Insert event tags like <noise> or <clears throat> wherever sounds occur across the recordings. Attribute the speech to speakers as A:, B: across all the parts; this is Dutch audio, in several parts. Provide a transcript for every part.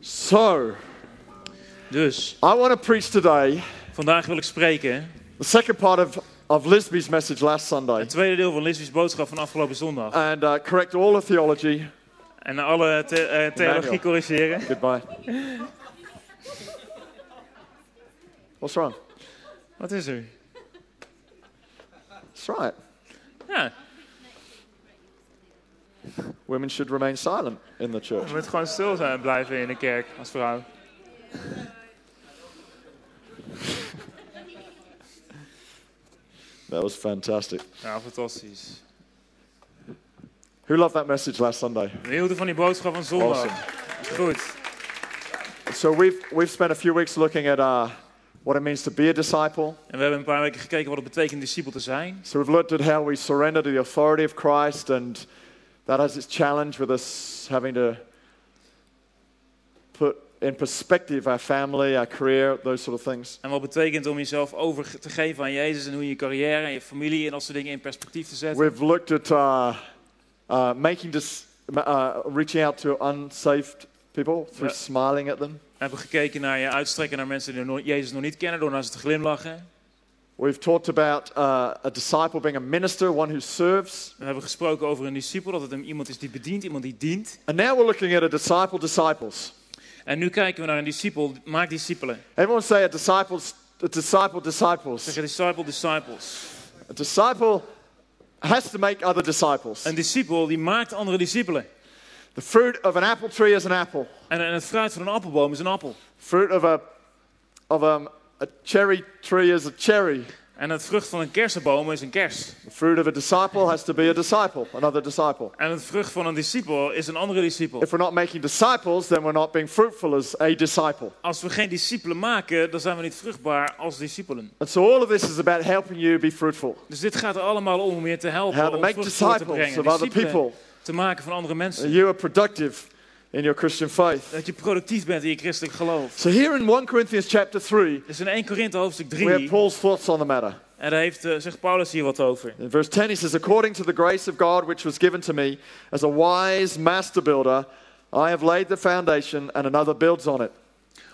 A: So,
B: Dus
A: I want to preach today
B: vandaag wil ik spreken.
A: the second part of, of Lisby's message last Sunday
B: Het tweede deel van Lisby's boodschap van afgelopen zondag.
A: and uh, correct all of theology.
B: En alle the- eh, theologie corrigeren.
A: Goodbye. What's wrong?
B: Wat is er?
A: That's right.
B: Ja,
A: Women should remain silent in the church.
B: je moet gewoon stil zijn blijven in de kerk als vrouw.
A: That was fantastic.
B: Nou, fantastisch.
A: Who loved that message last Sunday?
B: We hielden van die boodschap van zondag. Goed.
A: So we've we've spent a few weeks looking at uh, what it means to be a disciple.
B: En we hebben een paar weken gekeken wat het betekent discipel te zijn.
A: So we've looked at how we surrender to the authority of Christ, and that has its challenge with us having to put in perspective our family, our career, those sort of things.
B: En wat betekent om jezelf over te geven aan Jezus en hoe je je carrière en je familie en dat soort dingen in perspectief te zetten.
A: We've looked at uh, uh, making dis- ma- uh, reaching out to unsaved people through
B: Yeah.
A: smiling at them.
B: We hebben gekeken naar je uitstrekken naar mensen die nog- Jezus nog niet kennen door naar ze te glimlachen.
A: We've talked about uh, a disciple being a minister, one who serves.
B: We hebben gesproken over een discipel, dat het hem iemand is die bedient, iemand die dient.
A: And now we're looking at a disciple, disciples.
B: En nu kijken we naar een discipel, maak discipelen.
A: Everyone say a disciples, a disciple,
B: Zeg
A: disciples.
B: een disciple, disciples.
A: A disciple has to make other disciples.
B: Een discipel die maakt andere discipelen.
A: The fruit of an apple tree is an apple.
B: En, en het fruit van een appelboom is een appel.
A: Fruit of a of um, a cherry tree is a cherry.
B: En het vrucht van een kersenboom is een kers.
A: The fruit of a disciple has to be a disciple, another disciple.
B: En het vrucht van een discipel is een andere discipel.
A: If we're not making disciples, then we're not being fruitful as a disciple.
B: Als we geen discipelen maken, dan zijn we niet vruchtbaar als discipelen.
A: And so all of this is about helping you be fruitful.
B: Dus dit gaat er allemaal om om je te helpen
A: How to
B: om
A: make
B: vrucht voor te
A: disciples
B: brengen.
A: of other
B: Discipelen
A: people.
B: te maken van andere
A: that
B: mensen.
A: You are productive in your Christian faith.
B: Dat je productief bent in je christelijk geloof.
A: So here in 1 Corinthians chapter 3,
B: Dus in 1 Korinthe hoofdstuk
A: we have
B: 3,
A: Paul's thoughts on the matter.
B: en daar heeft, eh, zegt Paulus hier wat over.
A: In verse 10, he says, According to the grace of God which was given to me, as a wise master builder, I have laid the foundation and another builds on it.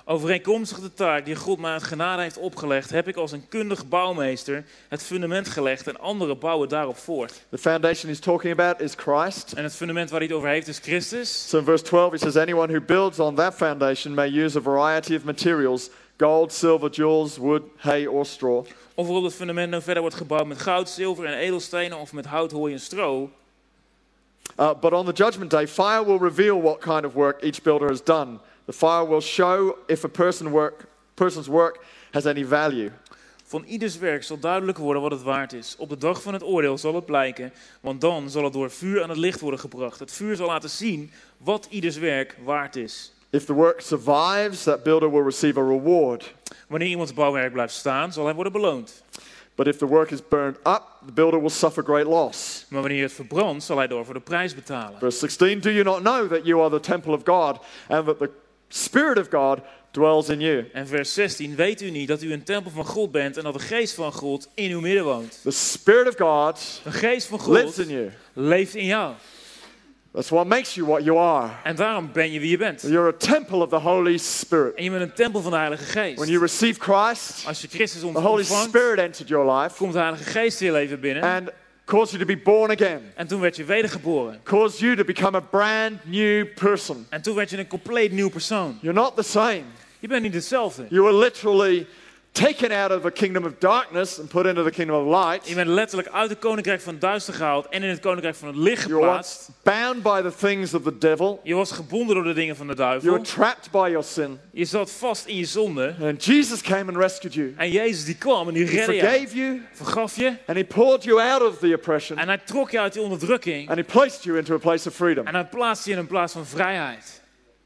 B: Overeenkomstig de taak die God mij uit genade heeft opgelegd, heb ik als een kundig bouwmeester het fundament gelegd en anderen bouwen daarop voort.
A: The foundation he's talking about is Christ.
B: En het fundament waar hij het over heeft is Christus.
A: So in verse 12, he says, Anyone who builds on that foundation may use a variety of materials gold, silver, jewels, wood, hay, or straw.
B: Of er op dat fundament nou verder wordt gebouwd met goud, zilver en edelstenen of met hout, hooi en stro.
A: Uh, but on the judgment day, fire will reveal what kind of work each builder has done. The fire will show if a person work, person's work has any value.
B: Van ieders werk zal duidelijk worden wat het waard is. Op de dag van het oordeel zal het blijken, want dan zal het door vuur aan het licht worden gebracht. Het vuur zal laten zien wat ieders werk waard is.
A: If the work survives, that builder will receive a reward.
B: Wanneer iemands bouwwerk blijft staan, zal hij worden beloond.
A: But if the work is burned up, the builder will suffer great loss.
B: Maar wanneer het verbrandt, zal hij daarvoor de prijs betalen.
A: Verse 16 Do you not know that you are the temple of God and that the Spirit of God dwells in you?
B: En vers 16, weet u niet dat u een tempel van God bent en dat de geest van God in uw midden woont?
A: The Spirit of God
B: De geest van
A: lives
B: God
A: in you.
B: leeft in jou.
A: That's what makes you what you are.
B: En daarom ben je wie je bent.
A: You're a temple of the Holy Spirit.
B: En je bent een tempel van de Heilige
A: When you
B: Geest.
A: receive Christ,
B: Als je Christus ont-
A: the Holy
B: ontvangt,
A: Spirit entered your life
B: komt de Heilige Geest in je leven binnen.
A: and caused you to be born again,
B: En toen werd je wedergeboren.
A: caused you to become a brand new person.
B: En toen werd je een compleet nieuw persoon.
A: You're not the same.
B: Je bent niet hetzelfde.
A: You were literally taken out of a kingdom of darkness and put into the kingdom of light.
B: Je bent letterlijk uit het koninkrijk van het duister gehaald en in het koninkrijk van het licht
A: You were
B: geplaatst.
A: once bound by the things of the devil.
B: Je was gebonden door de dingen van de
A: You were
B: duivel.
A: trapped by your sin.
B: Je zat vast in je zonde.
A: And Jesus came and rescued you.
B: En Jezus die kwam en die
A: He
B: redde je.
A: forgave you
B: Vergaf je.
A: and He poured you out of the oppression
B: En hij trok je uit die onderdrukking.
A: and He placed you into a place of freedom.
B: En hij plaatste je in een plaats van vrijheid.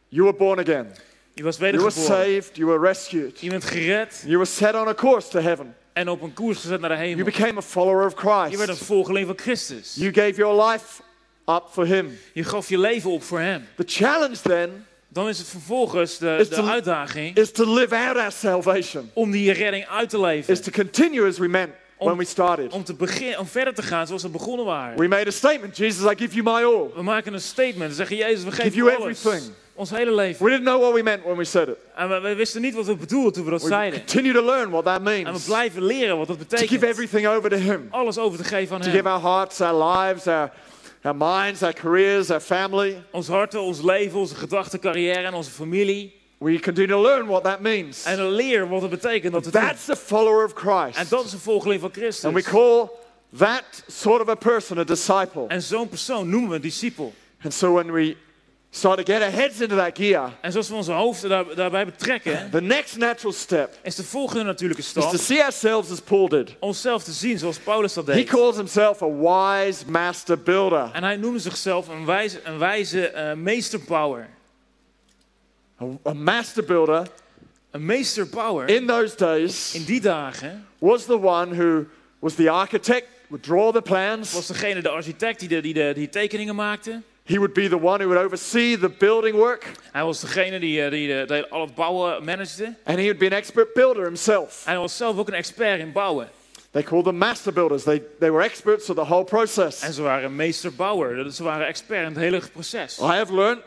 A: You were born again.
B: Je was
A: You were
B: wedergeboren.
A: saved. You were rescued.
B: Je bent gered
A: You were set on a course to heaven.
B: en op een koers gezet naar de
A: You
B: hemel.
A: became a follower of
B: Je werd een
A: Christ.
B: volgeling van Christus.
A: You gave your life up for Him.
B: Je gaf je leven op voor hem.
A: The challenge then
B: Dan is het vervolgens de,
A: Is
B: de
A: to-
B: uitdaging
A: is to live out our salvation.
B: om die redding uit te leven.
A: is to continue as we meant when we started.
B: Om, te begin, om verder te gaan zoals we begonnen waren.
A: We made a statement, Jesus, I give you my all.
B: We maken een statement. We zeggen, Jezus, we
A: Give
B: geven
A: you
B: je alles.
A: everything.
B: Ons hele leven.
A: We didn't know what we meant when we said it.
B: En we, we wisten niet wat we bedoelden toen we dat
A: We
B: zeiden.
A: continue to learn what that
B: En we
A: means. To
B: blijven leren wat dat
A: give
B: betekent.
A: everything over to Him.
B: Alles over te geven aan
A: To give
B: Hem.
A: our hearts, our lives, our, our minds, our careers, our family.
B: Ons hart, ons leven, onze gedachten, carrière en onze familie.
A: We continue to learn what that means.
B: En leren wat het betekent dat we doen.
A: That's a follower of
B: En
A: Christ.
B: dat is een volgeling van
A: And we
B: Christus.
A: call that sort of a person a disciple.
B: En zo'n persoon noemen we een discipel.
A: And so when we start to get our heads into that gear,
B: En zoals we onze hoofden daar- daarbij betrekken,
A: the next natural step
B: is de volgende natuurlijke
A: is to
B: stap
A: see ourselves as Paul did.
B: onszelf te zien zoals Paulus dat
A: He
B: deed.
A: calls himself a wise master builder.
B: En hij noemde zichzelf een wijze, een wijze eh, meesterbouwer.
A: A, a master builder
B: Een meesterbouwer
A: in those
B: in
A: days
B: die dagen
A: was the one who was the architect, would draw the plans.
B: was degene de architect die, de, die, de, die tekeningen maakte.
A: He would be the one who would oversee the building work,
B: Hij was degene die, eh, die, de- die al het bouwen managde. En
A: and he would be an expert builder himself.
B: hij was zelf ook een expert in bouwen.
A: They called them master builders. They, they were experts of the whole
B: En
A: process.
B: ze waren meesterbouwer. Dat- Ze waren expert in het hele proces.
A: I have learned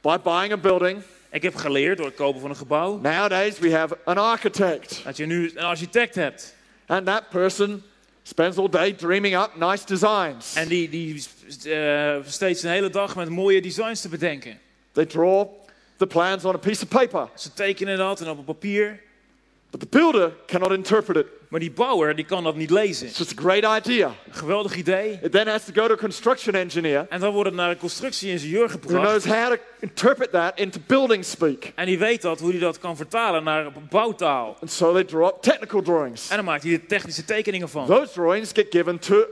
A: by buying a building.
B: Ik heb geleerd door het kopen van een gebouw
A: Nowadays, we have an architect.
B: dat je nu een architect hebt.
A: And that person spends all day dreaming up nice designs.
B: En die, die eh, steeds een hele dag met mooie designs te bedenken.
A: They draw the plans on a piece of paper,
B: Ze tekenen dat en op een papier.
A: but the builder cannot interpret it.
B: Maar die bouwer die kan dat niet lezen.
A: It's just a great idea.
B: Een geweldig idee.
A: It then has to go to a construction engineer
B: En dan wordt het naar een constructie-ingenieur
A: who
B: gebracht.
A: knows how to interpret that into building speak.
B: En die weet dat, hoe hij dat kan vertalen naar bouwtaal.
A: And so they draw up technical drawings.
B: En dan maakt hij de technische tekeningen van.
A: Those drawings get given to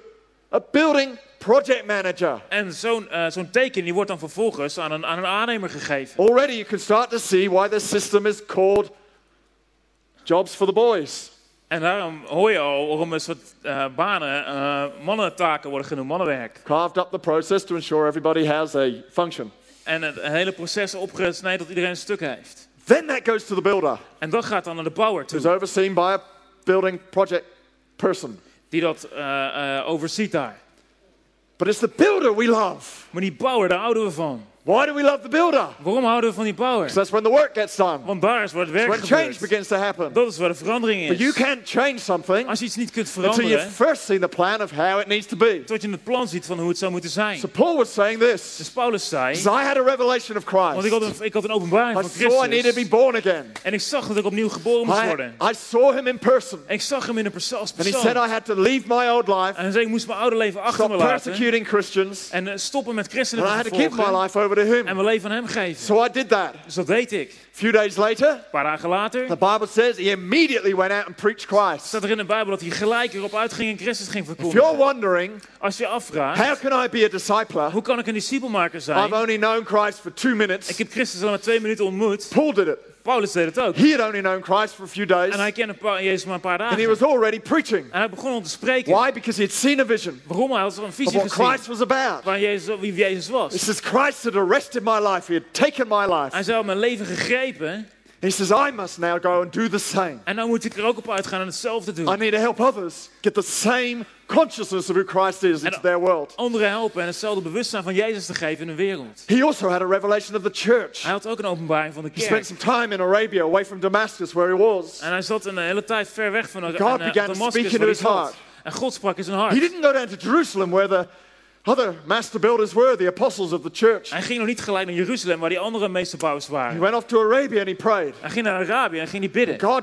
A: a building project manager.
B: En zo'n eh, zo'n tekening die wordt dan vervolgens aan een, aan een aannemer gegeven.
A: Already you can start to see why this system is called jobs for the boys.
B: En daarom hoor je al waarom een soort eh, banen, eh mannentaken worden genoemd, mannenwerk.
A: Carved up the process to ensure everybody has a function.
B: En het hele proces opgesneden dat iedereen een stuk heeft.
A: Then that goes to the builder,
B: En dat gaat dan naar de bouwer
A: who's
B: toe,
A: overseen by a building project person.
B: die dat eh, eh, overziet daar.
A: But it's the builder we love.
B: Maar die bouwer, daar houden we van.
A: Why do we love the builder?
B: Waarom houden we van die bouwer?
A: 'Cause that's when the work gets done.
B: Want daar is waar het werk
A: When change
B: gebeurt.
A: begins to happen.
B: Dat is waar de verandering
A: But you
B: is.
A: can't change something
B: Als je iets niet kunt
A: until
B: veranderen,
A: you've first seen the plan of how it needs to be.
B: tot je het plan ziet van hoe het zou moeten zijn.
A: So Paul was saying this.
B: Dus Paulus zei,
A: Because I had a revelation of
B: want ik had
A: Christ.
B: een, ik had een
A: I
B: openbaring van
A: saw I needed to be
B: Christus.
A: born again.
B: En ik zag dat ik opnieuw geboren moest
A: I,
B: worden.
A: I saw him in person.
B: En ik zag hem in een perso- als
A: And he
B: persoon.
A: said I had to leave my old life,
B: En hij zei, ik moest mijn oude leven achter
A: stop
B: me laten.
A: persecuting Christians,
B: En eh, stoppen met
A: and I
B: christelijke
A: had to give my
B: vervolgen.
A: life over to
B: En
A: him.
B: mijn leven aan hem geven.
A: So I did that.
B: Dus dat deed ik.
A: A few days later,
B: Een paar dagen
A: The
B: later
A: Bible says he immediately went out and preached Christ.
B: staat er in de Bijbel dat hij gelijk erop uitging en Christus ging
A: If you're
B: verkondigen.
A: wondering,
B: Als je afvraagt,
A: how can I be a discipler?
B: hoe kan ik een discipelmaker
A: I've
B: zijn?
A: only known Christ for two minutes.
B: Ik heb Christus al maar twee minuten ontmoet.
A: Paul did it.
B: Paulus deed het ook.
A: He had only known Christ for a few days,
B: En hij
A: and
B: kende pa- Jezus maar een
A: he
B: paar dagen.
A: was already preaching.
B: En hij begon al te spreken.
A: Why? Because he had seen a vision
B: Waarom? Hij had er een
A: of
B: visie
A: what
B: gezien
A: Christ was about.
B: waar Jezus, wie Jezus
A: He
B: was.
A: says, Christ had arrested my life. He had taken my life.
B: Hij zou mijn leven gegrepen.
A: He says, I must now go and do the same.
B: En nou moet ik er ook op uitgaan en hetzelfde
A: I
B: doen.
A: need to help others get the same consciousness of who Christ is into their world.
B: Anderen helpen en hetzelfde bewustzijn van Jezus te geven in de wereld.
A: He also had a revelation of the church.
B: Hij had ook een openbaring van de
A: He spent
B: kerk.
A: some time in Arabia, away from Damascus, where he was.
B: En hij zat een eh, hele tijd ver weg van
A: God
B: en,
A: began
B: eh,
A: to speak
B: Damascus.
A: into
B: waar hij
A: his
B: zat.
A: heart.
B: En God sprak in zijn
A: He
B: hart.
A: didn't go down to Jerusalem where the other master builders were, the apostles of the church.
B: Hij ging nog niet gelijk naar Jeruzalem, waar die andere meesterbouwers
A: He
B: waren.
A: went off to Arabia and he prayed.
B: Hij ging naar Arabië en ging die bidden.
A: God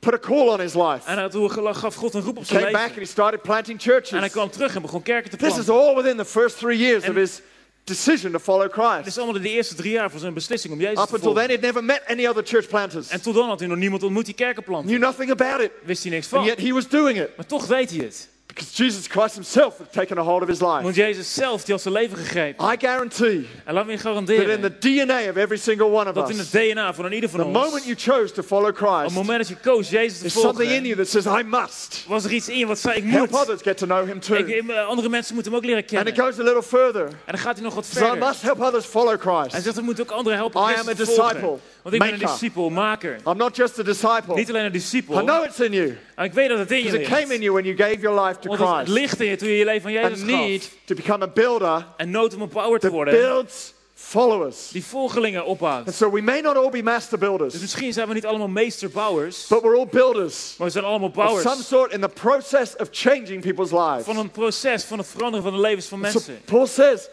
A: put a call on his life.
B: En toen gaf God een roep op zijn
A: Came back and
B: leven.
A: he started planting
B: En hij
A: churches.
B: kwam terug en begon kerken te
A: This is
B: planten.
A: all within the first three years of
B: And-
A: his decision to follow
B: Dit is
A: Christ.
B: allemaal de eerste drie jaar van zijn beslissing om Jezus
A: Up
B: te
A: until then,
B: volgen.
A: he'd never met any other church planters,
B: En tot dan had hij nog niemand ontmoet die kerken plantte.
A: knew nothing about it,
B: Wist hij niks
A: and
B: van.
A: yet he was doing it
B: Maar toch deed hij het.
A: because Jesus Christ himself had taken a hold of his life.
B: Want Jezus zelf, die had zijn leven gegrepen.
A: I guarantee
B: En laat me je
A: that in the
B: garanderen
A: DNA of every single one of
B: dat in het
A: us,
B: DNA van een ieder van
A: the
B: ons,
A: moment you chose to follow
B: op het
A: Christ,
B: moment dat je koos Jezus te
A: There's something in
B: volgen,
A: you that says, I must.
B: was er iets in je wat zei, ik
A: Help
B: moet.
A: others get to know him
B: Ik,
A: too.
B: eh, andere mensen moeten hem ook leren
A: And it
B: kennen.
A: goes a little further. It
B: En dan gaat hij nog wat
A: says, I
B: verder.
A: must help others follow
B: Hij
A: Christ.
B: zegt, we moeten ook anderen helpen
A: I
B: Christus
A: am a
B: te volgen.
A: disciple, Oh.
B: Want ik ben een
A: maker.
B: discipel, maker.
A: I'm not just a disciple.
B: Niet alleen een
A: I
B: discipel,
A: know it's in you.
B: maar ik weet dat het in je
A: Because it came in
B: ligt.
A: you when you gave your life to
B: Want het
A: Christ.
B: ligt in je toen je je leven aan
A: A
B: Jezus
A: need
B: gaf.
A: to become a builder
B: En nood om een power te
A: that
B: worden,
A: builds followers.
B: die volgelingen
A: And
B: ophoudt.
A: so we may not all be master
B: Dus
A: builders,
B: misschien zijn we niet allemaal meesterbouwers,
A: but we're all builders
B: maar we zijn allemaal
A: of some
B: bouwers
A: sort in the process of changing people's lives.
B: van een proces, van het veranderen van de levens van
A: So
B: mensen.
A: Paul says,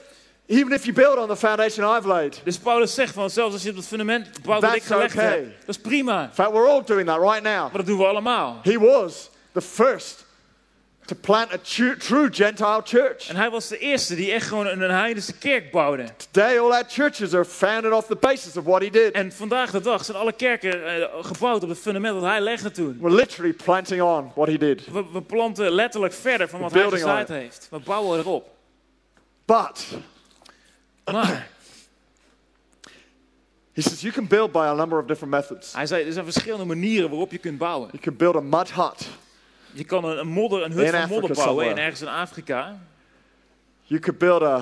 A: even if you build on the foundation I've laid, in
B: Dus Paulus zegt van, zelfs als je op het fundament bouwt dat ik
A: That's
B: gelegd
A: okay.
B: heb, dat is prima.
A: fact, we're all doing that right now.
B: Maar dat doen we allemaal.
A: He was the first to plant a tu- true Gentile church.
B: En hij was de eerste die echt gewoon een, een heidense kerk bouwde.
A: Today, all our churches are founded off the basis of what he did.
B: En vandaag de dag zijn alle kerken eh, gebouwd op het fundament dat hij legde toen.
A: We're literally planting on what he did.
B: We, we planten letterlijk verder van wat
A: We're
B: hij
A: building
B: gezaaid
A: on
B: heeft. We bouwen erop.
A: But
B: Maar
A: he says you can build by a number of different methods.
B: hij zei, er zijn verschillende manieren waarop je kunt bouwen.
A: You can build a mud hut.
B: Je kan een, een modder, een hut
A: In
B: van
A: Africa
B: modder bouwen
A: somewhere.
B: en ergens in Afrika.
A: You could build a,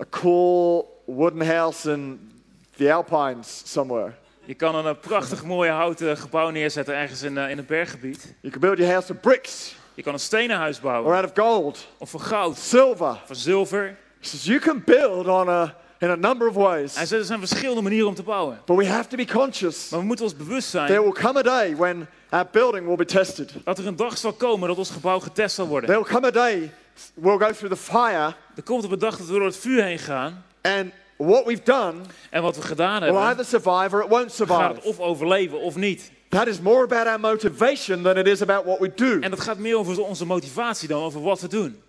A: a cool wooden house in the Alpines somewhere.
B: Je kan een, eh, prachtig mooi houten gebouw neerzetten ergens in, eh, in een berggebied.
A: You could build your house of bricks
B: Je kan een stenen huis
A: or
B: bouwen.
A: out of gold,
B: Of van goud,
A: silver.
B: van zilver.
A: He says you can build on a, in a number of ways.
B: Hij zei, er zijn verschillende manieren om te bouwen.
A: But we have to be conscious.
B: Maar we moeten ons bewust zijn
A: There will come a day when our building will be tested.
B: Dat er een dag zal komen dat ons gebouw getest zal worden.
A: There will come a day we'll go through the fire
B: Er komt op een dag dat we door het vuur heen gaan.
A: and what we've done
B: En wat we gedaan
A: will
B: hebben,
A: either survive or it won't
B: gaat het
A: survive.
B: of overleven of niet.
A: That is more about our motivation than it is about what we do.
B: En dat gaat meer over onze motivatie dan over wat we doen.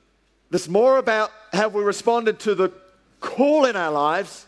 A: It's more about have we responded to the call in our lives,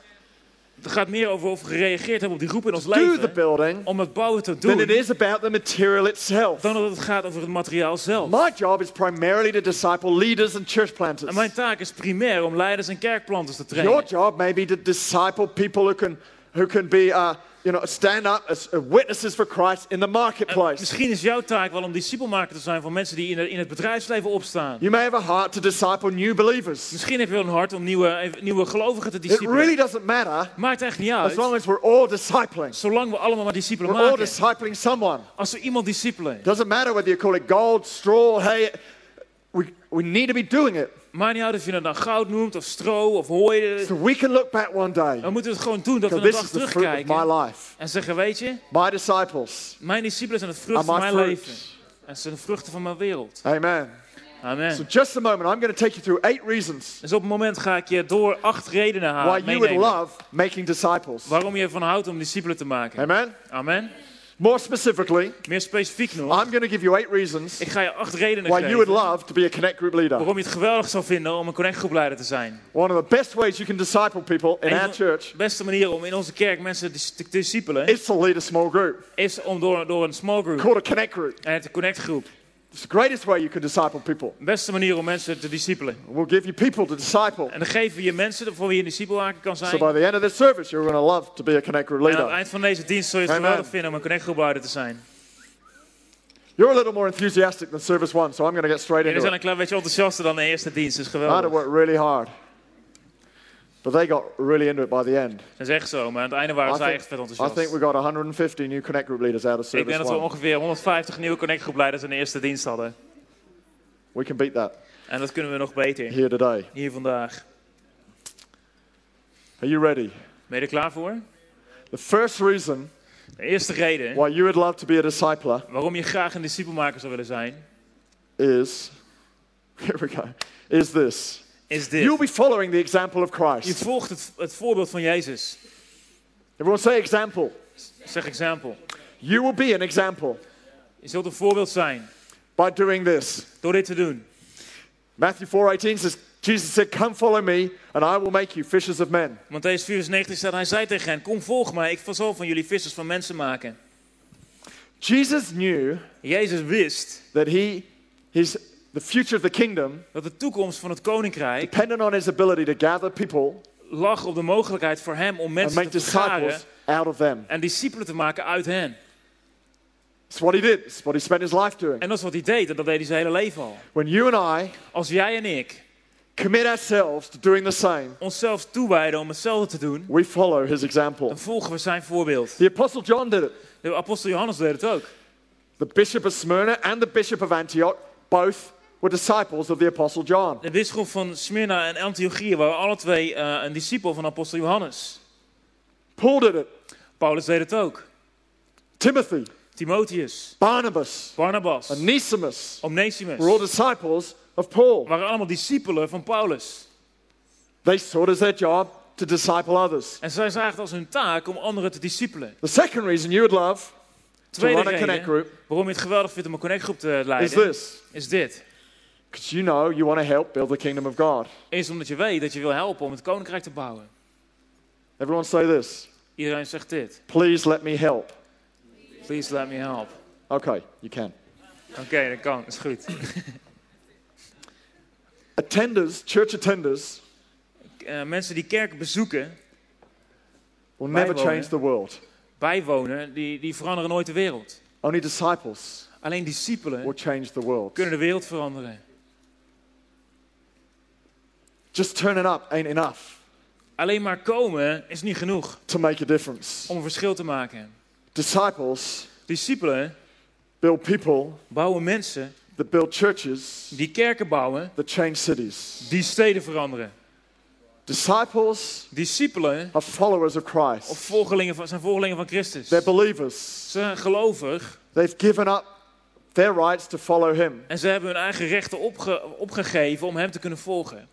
B: Het gaat meer over of we gereageerd hebben op die roep in ons
A: do the
B: leven.
A: building,
B: Om het bouwen te
A: than it
B: doen,
A: is about the material itself.
B: dan dat het gaat over het materiaal zelf.
A: My job is primarily to disciple leaders and church planters.
B: En mijn taak is primair om leiders en kerkplanters te
A: Your
B: trainen.
A: job may be to disciple people who can, who can be, uh, you know, stand up as uh, witnesses for Christ in the marketplace.
B: Misschien is jouw taak wel om discipelmaker te zijn van mensen die in het- in het bedrijfsleven opstaan.
A: You may have a heart to disciple new believers.
B: Misschien heb je wel een hart om nieuwe, nieuwe gelovigen te
A: It really
B: discipelen.
A: doesn't matter
B: Maakt eigenlijk niet
A: as
B: uit.
A: long as we're all discipling.
B: Zolang we allemaal maar discipelen
A: We're all
B: maken.
A: discipling someone.
B: Als we iemand discipelen,
A: Doesn't matter whether you call it gold, straw, hay. We, we need to be doing it.
B: maakt niet uit of je het dan goud noemt, of stro, of hooi. eh,
A: So we can look back one day.
B: We moeten het gewoon doen, dat
A: Go,
B: we een
A: this
B: dag
A: is the fruit of my
B: terugkijken.
A: life.
B: En zeggen, weet je,
A: My disciples
B: mijn discipelen zijn het
A: are
B: vrucht van
A: my
B: mijn leven.
A: fruits.
B: En ze zijn de vruchten van mijn wereld.
A: Amen. So
B: Amen.
A: just a moment, I'm going to take you through eight reasons
B: Dus op het moment ga ik je door acht redenen
A: why
B: halen,
A: you would
B: meenemen.
A: love making disciples.
B: Waarom je ervan houdt om discipelen te maken.
A: Amen.
B: Amen.
A: More specifically,
B: Meer specifiek nog.
A: I'm going to give you eight reasons
B: Ik ga je acht redenen
A: why you would
B: geven
A: love to be a Connect Group leader.
B: waarom je het geweldig zou vinden om een connectgroepleider te zijn.
A: One of the best ways you can disciple people in
B: Een
A: our
B: van de
A: church
B: beste manieren om in onze kerk mensen dis- te te discipelen
A: is to lead a small group
B: is om door, door een small group
A: called a Connect Group.
B: En het Connect Groep.
A: It's the greatest way you can disciple people.
B: De beste manier om mensen te discipelen.
A: We'll give you people to disciple.
B: En dan geven we je mensen voor wie je een discipelmaker kan
A: So
B: zijn.
A: by the end of this service, you're going to love to be a Connect Group
B: En aan het
A: leader.
B: eind van deze dienst zul je het
A: Amen.
B: geweldig vinden om een Connect Groepleider te zijn.
A: You're a little more enthusiastic than service one, so I'm going to get straight into
B: Jullie zijn
A: it.
B: een klein beetje enthousiaster dan de eerste dienst, dus
A: I had to
B: geweldig.
A: work really hard. But they got really into it by the end.
B: Dat is echt zo, maar aan het einde waren
A: I
B: zij
A: think,
B: echt vet
A: I think
B: enthousiast.
A: we got 150 new Connect Group leaders out of
B: Ik denk
A: service
B: dat we
A: one.
B: ongeveer 150 nieuwe Connect Groepleiders in de eerste dienst hadden.
A: We can beat that
B: En dat kunnen we nog beter.
A: here today.
B: Hier vandaag.
A: Are you ready?
B: Ben je er klaar voor?
A: The first reason
B: De eerste reden
A: why you would love to be a discipler
B: waarom je graag een discipelmaker zou willen zijn,
A: is <laughs> here we go. Is this.
B: is
A: You'll
B: dit.
A: be following the example of
B: Je
A: Christ.
B: volgt het, het voorbeeld van Jezus.
A: Everyone say example.
B: Zeg example.
A: You will be an example
B: Je zult een voorbeeld zijn.
A: by doing this.
B: Door dit te doen.
A: Matthew 4:18 says Jesus said, "Come follow me and I will make you fishers of men."
B: Matthäus 4:19 staat, hij zei tegen hen, kom volg mij, ik zal van jullie vissers van mensen maken.
A: Jesus knew
B: Jezus wist
A: that he his the future of the kingdom
B: dat de toekomst van het koninkrijk
A: depended on his ability to gather people
B: lag op de mogelijkheid voor hem om
A: and
B: mensen
A: make
B: te vergaren
A: disciples out of them.
B: en discipelen te maken uit hen.
A: It's what he did. It's what he spent his life doing.
B: En dat is wat hij deed, en dat deed hij zijn hele leven al.
A: When you and I
B: Als jij en ik
A: commit ourselves to doing the same,
B: onszelf toewijden om hetzelfde te doen,
A: we follow his
B: dan
A: example.
B: volgen we zijn voorbeeld.
A: The Apostle John did it.
B: De apostel Johannes deed het ook.
A: The Bishop of Smyrna and the Bishop of Antioch both were disciples of the Apostle John.
B: De bisschop van Smyrna en Antiochië waren alle twee eh, een discipel van apostel Johannes.
A: Paul did it,
B: Paulus deed het ook.
A: Timothy,
B: Timotheus,
A: Barnabas,
B: Barnabas,
A: Onesimus were all
B: Onesimus.
A: disciples of Paul.
B: waren allemaal discipelen van Paulus.
A: They saw it as their job to disciple others.
B: En zij zagen het als hun taak om anderen te discipelen.
A: The second reason you would love to
B: Tweede
A: run a connect
B: reden
A: group
B: waarom je het geweldig vindt om een connectgroep te
A: is
B: leiden,
A: this
B: is dit.
A: because you know you want to help build the kingdom of God.
B: Is omdat je weet dat je wil helpen om het koninkrijk te bouwen.
A: Everyone say this
B: Iedereen zegt dit.
A: please let me help.
B: Please let me help.
A: Okay, you can.
B: Oké, dat kan. Is goed.
A: Attenders, church attenders,
B: Eh, mensen die kerk bezoeken,
A: will never
B: Bible,
A: change
B: eh?
A: the world.
B: bijwonen, die, die veranderen nooit de wereld.
A: Only disciples
B: Alleen discipelen
A: will change the world.
B: kunnen de wereld veranderen.
A: Just turning up ain't enough
B: Alleen maar komen is niet genoeg
A: to make a difference.
B: om een verschil te maken.
A: Disciples
B: Discipelen
A: build people
B: bouwen mensen
A: that build churches
B: die kerken bouwen,
A: that change cities.
B: die steden veranderen.
A: Disciples
B: Discipelen
A: are followers of
B: of
A: Christ.
B: volgelingen van, zijn volgelingen van Christus.
A: They're
B: Ze
A: believers.
B: zijn gelovig
A: They've given up their rights to follow Him.
B: en ze hebben hun eigen rechten opge- opgegeven om hem te kunnen volgen.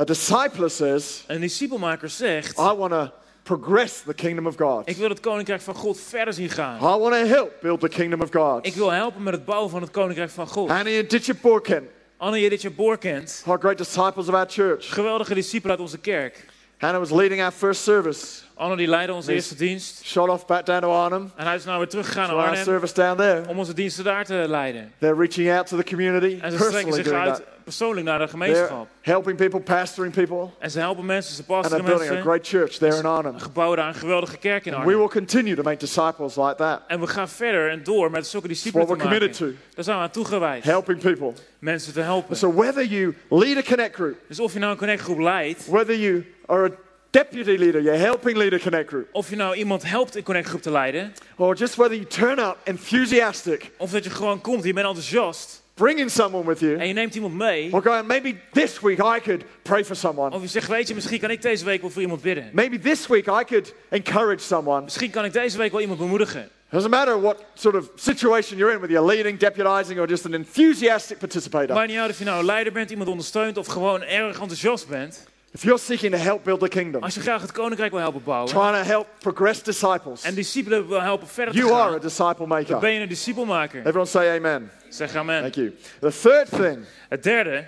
A: A discipler says,
B: Een discipelmaker zegt,
A: I want to progress the kingdom of God.
B: ik wil het koninkrijk van God verder zien gaan.
A: I want to help build the kingdom of God.
B: Ik wil helpen met het bouwen van het koninkrijk van God.
A: Annie and Ditcher Borken
B: Anne Jiditje Borkent,
A: are great disciples of our church.
B: geweldige discipel uit onze kerk.
A: Hannah was leading our first service.
B: Anne die leidde onze
A: Nee.
B: eerste dienst.
A: Shot off back down to Arnhem.
B: En hij is nou weer teruggegaan
A: To
B: naar
A: our
B: Arnhem
A: service down there.
B: om onze diensten daar te leiden.
A: They're reaching out to the community.
B: En ze strekken
A: Personally
B: zich
A: doing
B: uit
A: that.
B: persoonlijk naar de
A: They're
B: gemeenschap.
A: helping people, pastoring people.
B: En ze helpen mensen, ze
A: And they're
B: pastoren
A: building a
B: mensen.
A: great church there in Arnhem.
B: Gebouwen daar een geweldige kerk in
A: We
B: Arnhem.
A: will continue to make disciples like that.
B: En we gaan verder en door met zulke
A: It's
B: discipelen
A: what
B: te
A: we're committed
B: maken.
A: to,
B: Daar zijn we aan toegewijd.
A: helping people.
B: Mensen te helpen.
A: So whether you lead a connect group,
B: Dus of je nou een connectgroep leidt,
A: whether you are a deputy leader, you're helping lead a connect group,
B: of je nou iemand helpt een connectgroep te leiden,
A: or just whether you turn up enthusiastic,
B: of dat je gewoon komt, je bent enthousiast
A: bringing someone with you,
B: en je neemt iemand mee.
A: or going, maybe this week I could pray for someone.
B: Of je zegt, weet je, misschien kan ik deze week wel voor iemand bidden.
A: Maybe this week I could encourage someone.
B: Misschien kan ik deze week wel iemand bemoedigen.
A: Doesn't matter what sort of situation you're in, whether you're leading, deputizing, or just an enthusiastic participator.
B: Maar niet uit of je nou een leider bent, iemand ondersteunt of gewoon erg enthousiast bent.
A: If you're seeking to help build the kingdom,
B: Als je graag het koninkrijk wil helpen bouwen
A: trying to help progress disciples,
B: en discipelen wil helpen verder te
A: you are a
B: gaan,
A: disciple
B: dan
A: maker.
B: ben je een discipelmaker.
A: Everyone say amen.
B: Zeg amen.
A: Thank you. The third thing
B: Het derde,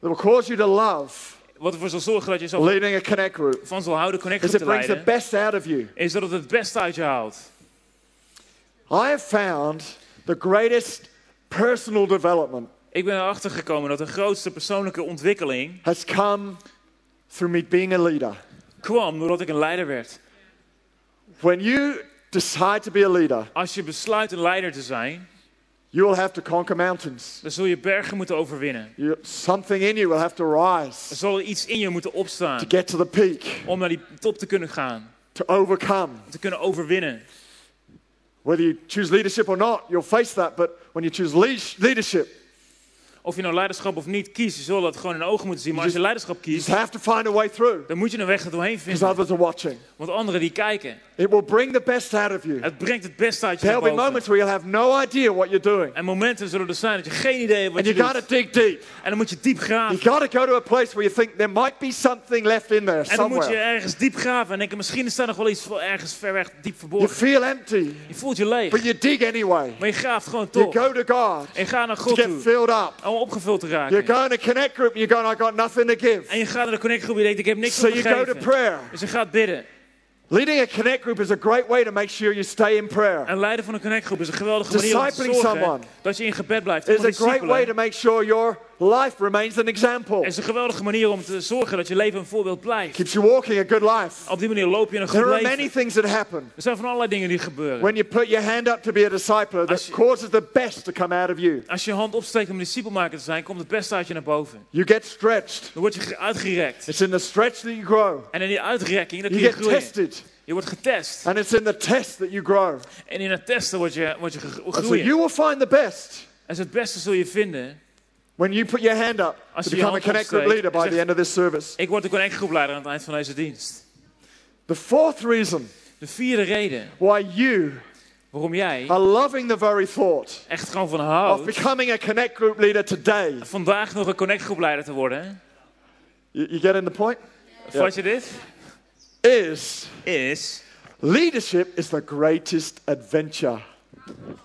A: that will cause you to love
B: wat ervoor zal zorgen dat je zo
A: leading a connect group
B: van zal houden
A: is
B: connectgroep
A: it
B: te
A: brings the
B: leiden,
A: best out of you.
B: is dat het het beste uit je haalt.
A: I have found the greatest personal development
B: Ik ben erachter gekomen dat de grootste persoonlijke ontwikkeling
A: has come through me being a leader.
B: kwam doordat ik een leider werd.
A: When you decide to be a leader,
B: Als je besluit een leider te zijn,
A: you will have to conquer mountains.
B: dan zul je bergen moeten overwinnen.
A: You, something in you will have to rise
B: Er zal iets in je moeten opstaan
A: to get to the peak,
B: om naar die top te kunnen gaan,
A: to overcome.
B: om te kunnen overwinnen.
A: Whether you choose leadership or not, you'll face that. But when you choose leash- leadership,
B: Of je nou leiderschap of niet kiest, je zal dat gewoon in de ogen moeten zien. Maar als je leiderschap
A: you
B: kiest,
A: have to find a way through
B: dan moet je een weg er doorheen
A: because
B: vinden.
A: others are watching.
B: Want anderen die kijken,
A: It will bring the best out of you.
B: het brengt het beste uit je
A: There'll
B: naar
A: be
B: boven.
A: moments where you'll have no idea what you're doing.
B: En momenten zullen er zijn dat je geen idee hebt wat
A: And
B: je
A: you
B: doet.
A: gotta dig deep.
B: En dan moet je diep
A: You
B: graven.
A: gotta go to a place where you think there might be something left in there
B: En dan moet je
A: somewhere.
B: ergens diep graven en denken, misschien is daar nog wel iets voor ergens ver weg diep
A: You
B: verborgen.
A: feel empty,
B: Je voelt je leeg,
A: but you dig anyway.
B: maar je graaft gewoon
A: You
B: toch.
A: go to God
B: En ga naar
A: to
B: God
A: get
B: toe,
A: filled up.
B: om opgevuld te
A: You're
B: raken.
A: going to connect group and you're going, I got nothing to give.
B: En je gaat naar de connectgroep en je denkt, ik heb niks
A: So
B: om
A: you
B: te
A: go to
B: geven.
A: prayer.
B: Dus je gaat bidden.
A: Leading a connect group is a great way to make sure you stay in prayer.
B: En leiden van een connectgroep is een geweldige manier om te
A: Discipling
B: zorgen
A: someone.
B: dat je in gebed blijft.
A: It's
B: Allemaal
A: a great way
B: discipelen.
A: to make sure your life remains an example.
B: Het is een geweldige manier om te zorgen dat je leven een voorbeeld blijft.
A: Keeps you walking a good life.
B: Op die manier loop je een goed
A: There are many
B: leven.
A: things that happen
B: Er zijn van allerlei dingen die gebeuren.
A: when you put your hand up to be a discipler that
B: Als je-
A: causes the best to come out of you.
B: Als je je hand opsteekt om discipelmaker te zijn, komt het beste uit je naar boven.
A: You get stretched.
B: Dan word je ge- uitgerekt.
A: It's in the stretch that you grow.
B: En in die uitrekking, dat kun
A: You
B: je
A: get
B: groeien.
A: tested.
B: Je wordt getest.
A: And it's in the test that you grow.
B: En in het testen word je, word je ge-
A: And so
B: groeien.
A: you will find the best
B: En het beste zul je vinden
A: When you put your hand up
B: Als
A: to
B: je je
A: become a
B: hand
A: Connect Group
B: opsteekt,
A: leader by
B: zegt-
A: the end of this service.
B: Ik word de Connect Groep leider aan het eind van deze dienst.
A: The fourth reason
B: De vierde reden
A: why you
B: waarom jij
A: are loving the very thought
B: echt gewoon van
A: of
B: houdt
A: becoming a Connect Group leader today.
B: vandaag nog een Connect Groep leider te worden. hè?
A: You, you getting the point?
B: Vat je dit?
A: Is
B: Is
A: leadership is the greatest adventure.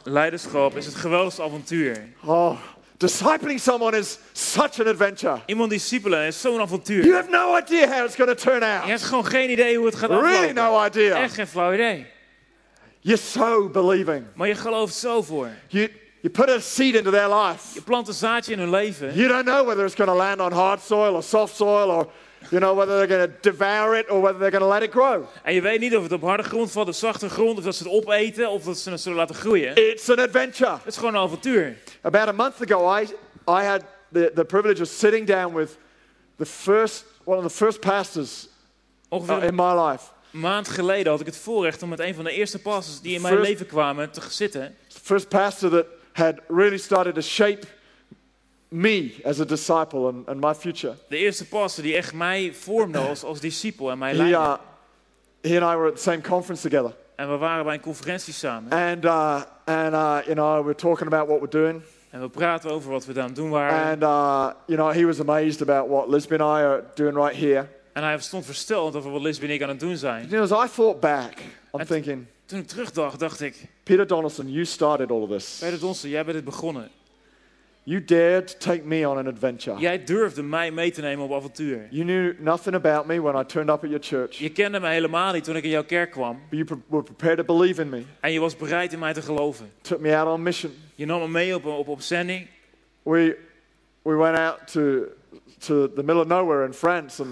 B: leiderschap is het geweldigste avontuur.
A: Oh, discipling someone is such an adventure.
B: Iemand discipelen is zo'n avontuur.
A: You have no idea how it's going to turn
B: Je
A: out.
B: hebt gewoon geen idee hoe het gaat aflopen.
A: Really, Nou, no idea.
B: Echt geen flauw idee.
A: You're so believing.
B: Maar je gelooft zo voor.
A: You, you put a seed into their life.
B: Je plant een zaadje in hun leven.
A: You don't know whether it's going to land on hard soil or soft soil or, you know, whether they're going to devour it or whether they're going to let it grow.
B: En je weet niet of het op harde grond valt, op zachte grond, of dat ze het opeten, of dat ze het zullen laten groeien. Het
A: It's an adventure.
B: is gewoon een avontuur.
A: About a month ago, I, I had the, the privilege of sitting down with the first, one of the first pastors uh,
B: Ongeveer
A: in my life.
B: een maand geleden had ik het voorrecht om met een van de eerste pastors die in mijn
A: First-
B: leven kwamen te zitten.
A: It's the first pastor that had really started to shape me as a disciple and, and my future.
B: De eerste pastor die echt mij vormde als, als discipel en mij
A: He,
B: leidde.
A: uh, he and I were at the same conference together.
B: En we waren bij een conferentie samen.
A: And, uh, and uh, you know, we were talking about what we're doing.
B: En we praten over wat we aan het doen waren.
A: And, uh, you know, he was amazed about what Lisby and I are doing right here.
B: En hij stond versteld over wat Lisbeth en ik aan het doen zijn.
A: You know, as I thought back, I'm
B: That's-
A: thinking,
B: Toen ik terugdacht, dacht ik...
A: Peter Donaldson, you started all of this.
B: Peter Donson, jij bent het begonnen.
A: You dared to take me on an adventure.
B: Jij durfde mij mee te nemen op avontuur.
A: You knew nothing about me when I turned up at your church.
B: Je kende me helemaal niet toen ik in jouw kerk kwam.
A: But you pre- were prepared to believe in me.
B: En je was bereid in mij te geloven.
A: Took me out on mission.
B: Je nam me mee op, op, op zending.
A: We, we went out to, to the middle of nowhere in France and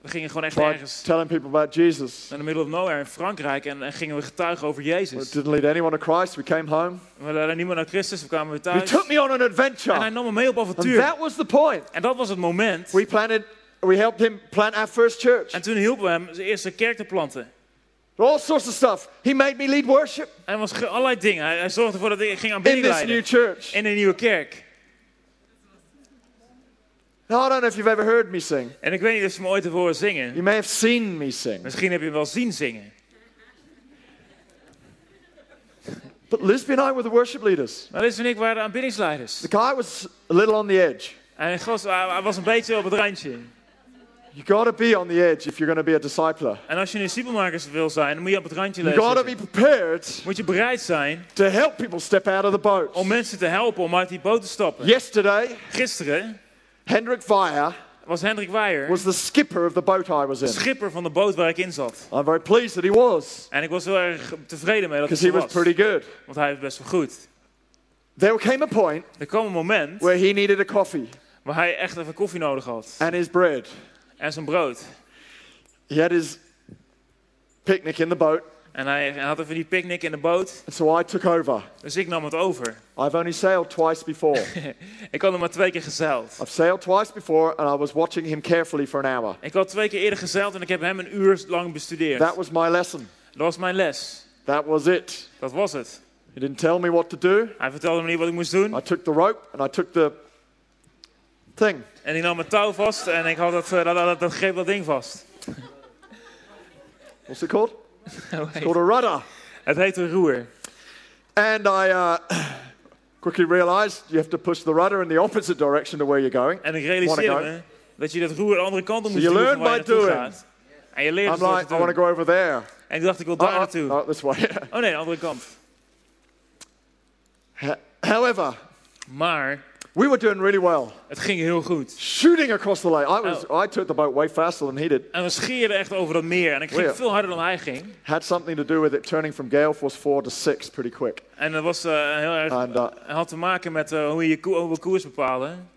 B: We gingen gewoon echt
A: tried
B: ergens
A: telling people about Jesus.
B: naar de middle of nowhere in Frankrijk. En, en gingen we getuigen over
A: Well,
B: Jezus.
A: It didn't lead anyone to Christ. We came home.
B: We leidden niemand naar Christus, we kwamen weer
A: He
B: thuis.
A: took me on an
B: En hij
A: adventure.
B: nam me mee op
A: And
B: avontuur.
A: that was the point.
B: En dat was het moment.
A: We planted, we helped him plant our first church.
B: En toen hielpen we hem zijn eerste kerk te planten.
A: All sorts of stuff. He made me lead worship
B: En er was ge- allerlei dingen. Hij, hij zorgde ervoor dat ik ging
A: in
B: aanbidding
A: this new
B: leiden.
A: church.
B: In een nieuwe kerk.
A: Now, I don't know if you've ever heard me sing.
B: En ik weet niet of ze me ooit hebben horen zingen.
A: You may have seen me sing.
B: Misschien heb je hem wel zien zingen.
A: But Lisby and I were the worship leaders.
B: Maar Liz en ik waren de aanbiddingsleiders.
A: The guy was a little on the edge.
B: En gast, hij hij was een beetje op het randje.
A: You gotta be on the edge if you're gonna be a discipler.
B: En als je een discipelmaker wil zijn, dan moet je op het randje
A: You gotta
B: leven.
A: be prepared
B: Moet je bereid zijn
A: to help people step out of the boat.
B: om mensen te helpen om uit die boot te stappen.
A: Yesterday,
B: Gisteren
A: Hendrik Weyer
B: was Hendrik Weijer
A: was the skipper of the boat I was in.
B: schipper van de boot waar ik in zat.
A: I'm very pleased that he was,
B: En ik was heel erg tevreden mee dat hij
A: because he
B: zo
A: was
B: was.
A: pretty good.
B: Want hij was best wel goed.
A: There came a point
B: Er kwam een moment
A: where he needed a coffee
B: waar hij echt even koffie nodig had.
A: and his bread.
B: En zijn brood.
A: He had his picnic in the boat,
B: En hij hij had even die picknick in de boot.
A: and so I took over.
B: Dus ik nam het over.
A: I've only sailed twice <laughs> before.
B: Ik had er maar twee keer gezeild.
A: I've sailed twice before, and I was watching him carefully for an hour.
B: Ik had twee keer eerder gezeild en ik heb hem een uur lang bestudeerd.
A: That was my lesson.
B: Dat was mijn les.
A: That was it.
B: Dat was het.
A: He didn't tell me what to do.
B: Hij vertelde me niet wat ik moest doen.
A: I took the rope and I took the thing.
B: En ik nam mijn touw vast en ik had dat, eh, dat, dat, dat greep dat ding vast.
A: What's it <laughs> called? It's called a rudder.
B: Het heet een roer.
A: And I uh, <clears throat> quickly realized you have to push the rudder in the opposite direction to where you're going.
B: En ik
A: Wanna go?
B: realiseerde me dat je dat roer de andere kant op moet
A: you
B: doen
A: learn
B: waar je
A: by
B: naartoe
A: doing.
B: gaat. En je leert
A: I'm
B: dus wat
A: like,
B: te
A: I want to
B: doen.
A: go over there.
B: En ik dacht, ik wil
A: Oh,
B: daar
A: oh,
B: naartoe.
A: oh, this way.
B: Oh nee, de andere kant.
A: H- However,
B: Maar
A: we were doing really well.
B: het ging heel goed.
A: Shooting across the lake. I, was, I took the boat way faster than he did.
B: En we scheerden echt over dat meer. En ik ging
A: Weer.
B: veel harder dan hij ging.
A: Had something to do with it turning from gale force 4 to 6 pretty quick.
B: En dat was eh, heel erg...
A: And uh,
B: had te maken met eh, hoe je je ko- hoe we koers bepalen.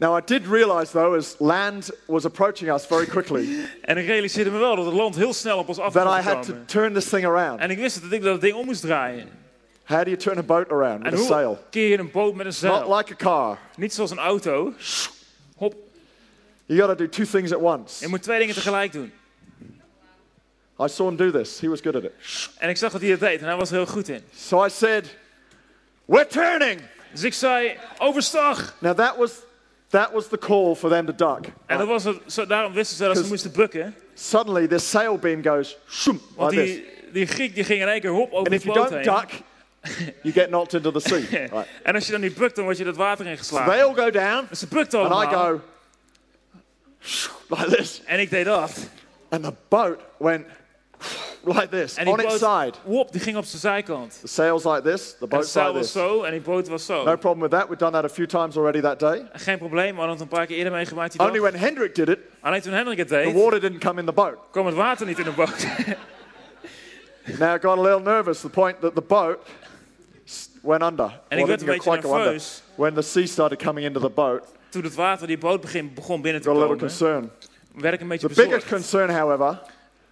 A: Now, I did realize, though, as land was approaching us very quickly,
B: En ik realiseerde me wel dat het land heel snel op ons af
A: that I
B: was
A: had to
B: gekomen.
A: turn this thing around.
B: En ik wist dat ik dat ding om moest draaien.
A: How do you turn a boat around
B: En
A: with a
B: hoe
A: sail?
B: keer je een boot met een
A: Not
B: zeil?
A: like a car.
B: Niet zoals een auto. Hop,
A: You got to do two things at once.
B: je moet twee dingen tegelijk doen.
A: I saw him do this. He was good at it.
B: En ik zag dat hij dat deed en hij was er heel goed in.
A: So I said, We're turning.
B: Dus ik zei, overstag.
A: Now, that was, that was the call for them to duck.
B: En dat was het, zo- daarom wisten ze dat ze
A: Dus-
B: moesten bukken.
A: Suddenly, their sail beam goes shoom,
B: Want
A: like this.
B: die, die Griek die ging in één keer hop over
A: And
B: de
A: if you
B: boot
A: don't
B: heen.
A: duck, you get knocked into the sea. Right.
B: En als je dan niet bukt, dan word je dat water
A: So
B: ingeslagen.
A: they all go down,
B: Dus ze bukten
A: and I
B: allemaal.
A: go like this.
B: En ik deed dat.
A: And the boat went like this
B: En die
A: on its
B: boot,
A: side.
B: wop, die ging op zijn zijkant.
A: The sail's like this, the
B: En het
A: boat's
B: zeil
A: like
B: was
A: this.
B: zo en die boot was zo.
A: No problem with that. We've done that a few times already that day.
B: Geen probleem, we hadden het een paar keer eerder meegemaakt die
A: Only
B: dag.
A: when Hendrik did it,
B: Alleen toen Hendrik het
A: the
B: deed,
A: water didn't come in the boat.
B: kwam het water niet in de boot. <laughs>
A: Now I got a little nervous. The point that the boat s- went under.
B: En ik werd
A: didn't
B: een
A: go
B: beetje
A: quite go under.
B: nerveus
A: When the sea started coming into the boat,
B: toen het water die boot begin, begon binnen te
A: got a little
B: komen.
A: concerned.
B: Werd ik een beetje
A: The biggest
B: bezorgd.
A: concern, however,